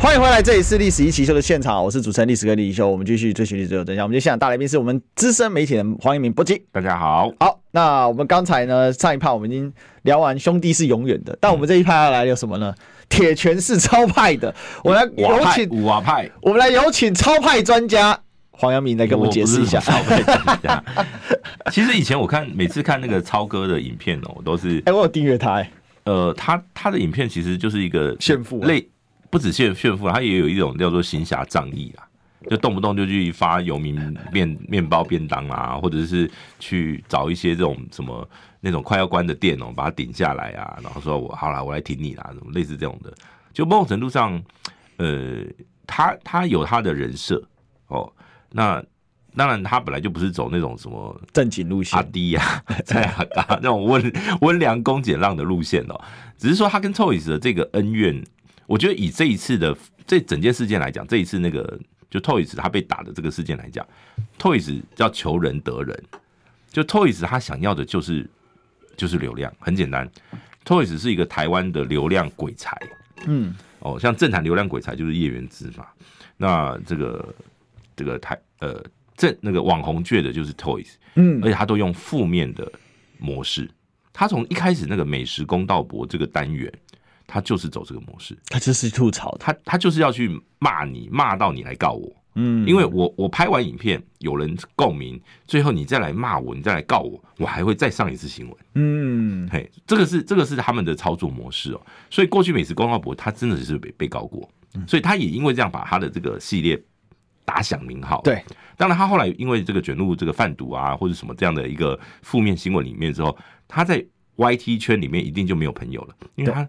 [SPEAKER 2] 欢迎回来，这里是《历史一起秀》的现场，我是主持人历史哥李一修，我们继续追寻历史最有真相。我们今天现场大来宾是我们资深媒体人黄一鸣波吉。
[SPEAKER 3] 大家好，
[SPEAKER 2] 好，那我们刚才呢，上一趴我们已经聊完兄弟是永远的，但我们这一趴要来聊什么呢？铁拳是超派的，我们来
[SPEAKER 3] 瓦
[SPEAKER 2] 有
[SPEAKER 3] 派
[SPEAKER 2] 请，
[SPEAKER 3] 五瓦派，
[SPEAKER 2] 我们来有请超派专家黄阳明来跟我们解释一下
[SPEAKER 3] 我。不是很少被讲一下其实以前我看每次看那个超哥的影片哦，我都是
[SPEAKER 2] 哎、我有订阅他、哎，
[SPEAKER 3] 呃，他他的影片其实就是一个
[SPEAKER 2] 炫富啊
[SPEAKER 3] 类，不止炫炫富啊，他也有一种叫做行侠仗义啊，就动不动就去发游民面面包便当啊，或者是去找一些这种什么那种快要关的店哦，把它顶下来啊，然后说我好啦，我来挺你啦，什么类似这种的，就某种程度上，呃，他他有他的人设哦，那。当然，他本来就不是走那种什么
[SPEAKER 2] 正经路线
[SPEAKER 3] 阿，迪 (laughs) 呀、蔡阿
[SPEAKER 2] (laughs)
[SPEAKER 3] 嘎那种温温良恭俭让的路线哦。只是说他跟 Toys 的这个恩怨，我觉得以这一次的这整件事件来讲，这一次那个就 Toys 他被打的这个事件来讲，Toys 要求人得人，就 Toys 他想要的就是就是流量，很简单，Toys 是一个台湾的流量鬼才
[SPEAKER 2] 嗯，
[SPEAKER 3] 哦，像政坛流量鬼才就是叶元之嘛，那这个这个台呃正那个网红界的就是 Toys。
[SPEAKER 2] 嗯
[SPEAKER 3] 而且他都用负面的模式。他从一开始那个美食公道博这个单元，他就是走这个模式，
[SPEAKER 2] 他就是吐槽的，
[SPEAKER 3] 他他就是要去骂你，骂到你来告我，
[SPEAKER 2] 嗯，
[SPEAKER 3] 因为我我拍完影片有人共鸣，最后你再来骂我，你再来告我，我还会再上一次新闻。
[SPEAKER 2] 嗯，
[SPEAKER 3] 嘿，这个是这个是他们的操作模式哦。所以过去美食公道博他真的是被被告过，
[SPEAKER 2] 嗯
[SPEAKER 3] 所以他也因为这样把他的这个系列打响名号。
[SPEAKER 2] 对，
[SPEAKER 3] 当然，他后来因为这个卷入这个贩毒啊，或者什么这样的一个负面新闻里面之后，他在 YT 圈里面一定就没有朋友了，因为他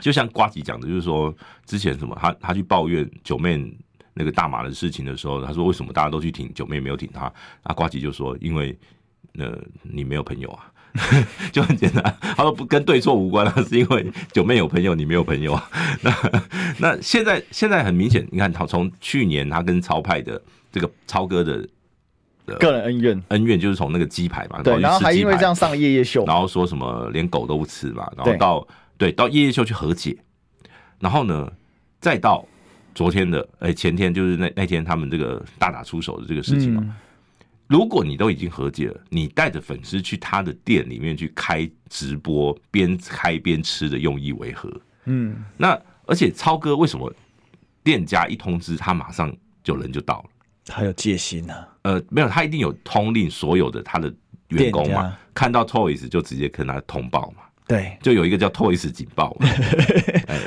[SPEAKER 3] 就像瓜吉讲的，就是说之前什么他他去抱怨九妹那个大麻的事情的时候，他说为什么大家都去挺九妹没有挺他？啊，瓜吉就说因为呃你没有朋友啊。就很简单，他说不跟对错无关啊，是因为九妹有朋友，你没有朋友啊。 (laughs) 那那现在现在很明显，你看他从去年他跟超派的这个超哥的呃
[SPEAKER 2] 个人恩怨。
[SPEAKER 3] 恩怨，就是从那个鸡排嘛，
[SPEAKER 2] 对，然后
[SPEAKER 3] 去吃
[SPEAKER 2] 还
[SPEAKER 3] 鸡
[SPEAKER 2] 因为
[SPEAKER 3] 排
[SPEAKER 2] 这样上夜夜秀，
[SPEAKER 3] 然后说什么连狗都不吃嘛，然后
[SPEAKER 2] 对
[SPEAKER 3] 到对到夜夜秀去和解，然后呢，再到昨天的哎、前天就是那那天他们这个大打出手的这个事情
[SPEAKER 2] 嗯
[SPEAKER 3] 嘛。如果你都已经和解了，你带着粉丝去他的店里面去开直播，边开边吃的用意为何？
[SPEAKER 2] 嗯，
[SPEAKER 3] 那而且超哥为什么店家一通知他马上就人就到了？
[SPEAKER 2] 他有戒心啊，
[SPEAKER 3] 呃，没有，他一定有通令所有的他的员工
[SPEAKER 2] 店
[SPEAKER 3] 嘛
[SPEAKER 2] 家，
[SPEAKER 3] 看到 Toys 就直接跟他通报嘛。
[SPEAKER 2] 对。
[SPEAKER 3] 就有一个叫 Toys 警报嘛，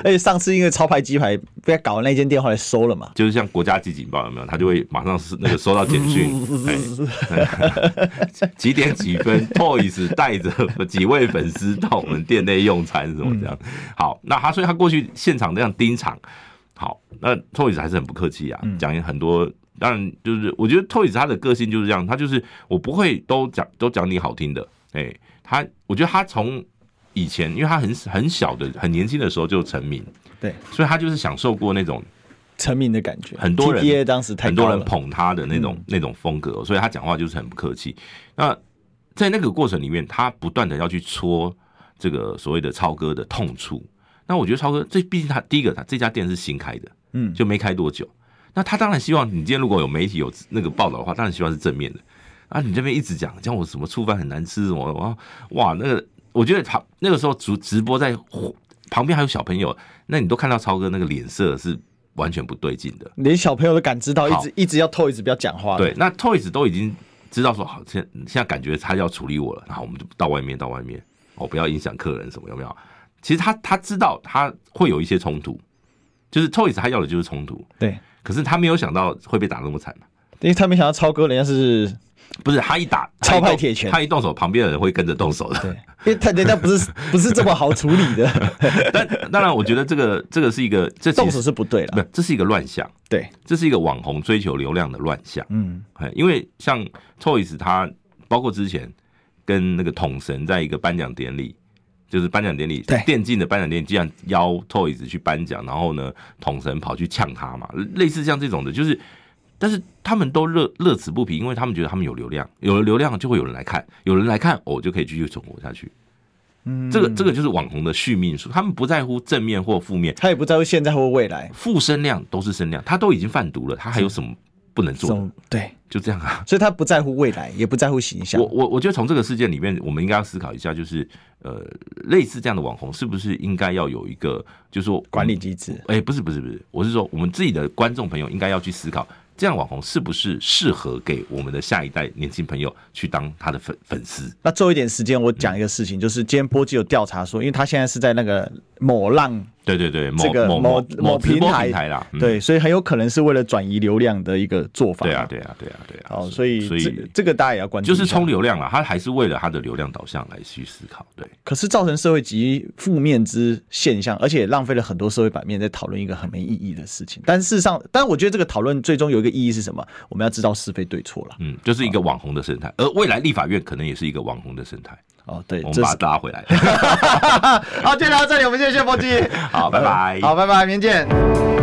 [SPEAKER 2] 而且上次因为超牌鸡排被搞的那间店后来收了嘛，
[SPEAKER 3] 就是像国家级警报有没有？他就会马上是那个收到简讯，
[SPEAKER 2] 嗯
[SPEAKER 3] 哎几点几分 Toys 带着几位粉丝到我们店内用餐什么
[SPEAKER 2] 嗯
[SPEAKER 3] 这样。好，那他所以他过去现场这样盯场，好，那 Toys 还是很不客气啊，
[SPEAKER 2] 嗯
[SPEAKER 3] 讲很多。当然，就是我觉得 Toys 他的个性就是这样，他就是我不会都讲都讲你好听的，哎、他我觉得他从以前，因为他很很小的很年轻的时候就成名，
[SPEAKER 2] 对，
[SPEAKER 3] 所以他就是享受过那种
[SPEAKER 2] 成名的感觉，
[SPEAKER 3] 很多人
[SPEAKER 2] TPA 当时太
[SPEAKER 3] 很多
[SPEAKER 2] 高
[SPEAKER 3] 人
[SPEAKER 2] 了，嗯
[SPEAKER 3] 捧他的那种、那种风格哦，所以他讲话就是很不客气。那在那个过程里面，他不断的要去戳这个所谓的超哥的痛处。那我觉得超哥，这毕竟他第一个，他这家店是新开的，
[SPEAKER 2] 嗯，
[SPEAKER 3] 就没开多久。那他当然希望你今天如果有媒体有那个报道的话，当然希望是正面的。啊，你这边一直讲，讲我什么醋饭很难吃什么，哇哇，那个我觉得他那个时候直直播在旁边还有小朋友，那你都看到超哥那个脸色是完全不对劲的。
[SPEAKER 2] 连小朋友都感知到，一
[SPEAKER 3] 好
[SPEAKER 2] 直一直要透，一直不要讲话，
[SPEAKER 3] 对，，那 Toys 都已经知道说好，现现在感觉他要处理我了，然后我们就到外面，到外面，哦，不要影响客人什么，有没有？其实他他知道他会有一些冲突，就是 Toys 他要的就是冲突，
[SPEAKER 2] 对，
[SPEAKER 3] 可是他没有想到会被打那么惨嘛。
[SPEAKER 2] 因为他没想到超哥人家是，
[SPEAKER 3] 不是他一打
[SPEAKER 2] 超
[SPEAKER 3] 他一动
[SPEAKER 2] 派铁拳
[SPEAKER 3] 他一动手，旁边的人会跟着动
[SPEAKER 2] (laughs)
[SPEAKER 3] 手的。
[SPEAKER 2] 对，因为他人家不
[SPEAKER 3] (laughs)
[SPEAKER 2] 是不是这么好处理的，
[SPEAKER 3] 但当然，我觉得这个这个是一个这其实
[SPEAKER 2] 动手是不对
[SPEAKER 3] 不
[SPEAKER 2] 了，
[SPEAKER 3] 是这是一个乱象，
[SPEAKER 2] 对，
[SPEAKER 3] 这是一个网红追求流量的乱象。
[SPEAKER 2] 嗯，
[SPEAKER 3] 哎，因为像 Toys 他包括之前跟那个统神在一个颁奖典礼，就是颁奖典礼
[SPEAKER 2] 对
[SPEAKER 3] 电竞的颁奖典礼，竟然邀 Toys 去颁奖，然后呢，统神跑去呛他嘛，类似像这种的，就是。但是他们都乐乐此不疲，因为他们觉得他们有流量，有了流量就会有人来看，有人来看，哦我就可以继续存活下去。嗯，这个这个就是网红的续命术，他们不在乎正面或负面，
[SPEAKER 2] 他也不在乎现在或未来，
[SPEAKER 3] 负声量都是声量，他都已经贩毒了，他还有什么不能
[SPEAKER 2] 这
[SPEAKER 3] 做的
[SPEAKER 2] 种？对，
[SPEAKER 3] 就这样啊。
[SPEAKER 2] 所以他不在乎未来，也不在乎形象
[SPEAKER 3] 我，我我觉得从这个事件里面，我们应该要思考一下，就是呃，类似这样的网红是不是应该要有一个，就是说
[SPEAKER 2] 管理机制，
[SPEAKER 3] 哎、不是不是不是，我是说我们自己的观众朋友应该要去思考，这样网红是不是适合给我们的下一代年轻朋友去当他的粉粉丝？
[SPEAKER 2] 那最后一点时间，我讲一个事情，就是今天波基有调查说，因为他现在是在那个某浪
[SPEAKER 3] 对对对，某
[SPEAKER 2] 这个
[SPEAKER 3] 某
[SPEAKER 2] 某
[SPEAKER 3] 某直
[SPEAKER 2] 平
[SPEAKER 3] 播
[SPEAKER 2] 台
[SPEAKER 3] 平台啦，嗯
[SPEAKER 2] 对，所以很有可能是为了转移流量的一个做法。
[SPEAKER 3] 对啊，对啊对啊对啊，
[SPEAKER 2] 哦，所以
[SPEAKER 3] 所
[SPEAKER 2] 这
[SPEAKER 3] 以
[SPEAKER 2] 这个大家也要关注
[SPEAKER 3] 就
[SPEAKER 2] 一下，
[SPEAKER 3] 是冲流量啦，他还是为了他的流量导向来去思考，对。
[SPEAKER 2] 可是造成社会及负面之现象，而且浪费了很多社会版面在讨论一个很没意义的事情。但事实上，但我觉得这个讨论最终有一个意义是什么？我们要知道是非对错了。
[SPEAKER 3] 嗯，就是一个网红的生态，而未来立法院可能也是一个网红的生态，
[SPEAKER 2] 哦，对，
[SPEAKER 3] 我们
[SPEAKER 2] 这
[SPEAKER 3] 把它
[SPEAKER 2] 是
[SPEAKER 3] 拉回来。
[SPEAKER 2] (laughs) 好，今天聊到这里，我们谢谢波基，
[SPEAKER 3] (laughs) 好拜拜
[SPEAKER 2] (laughs) 好，拜拜，明天见。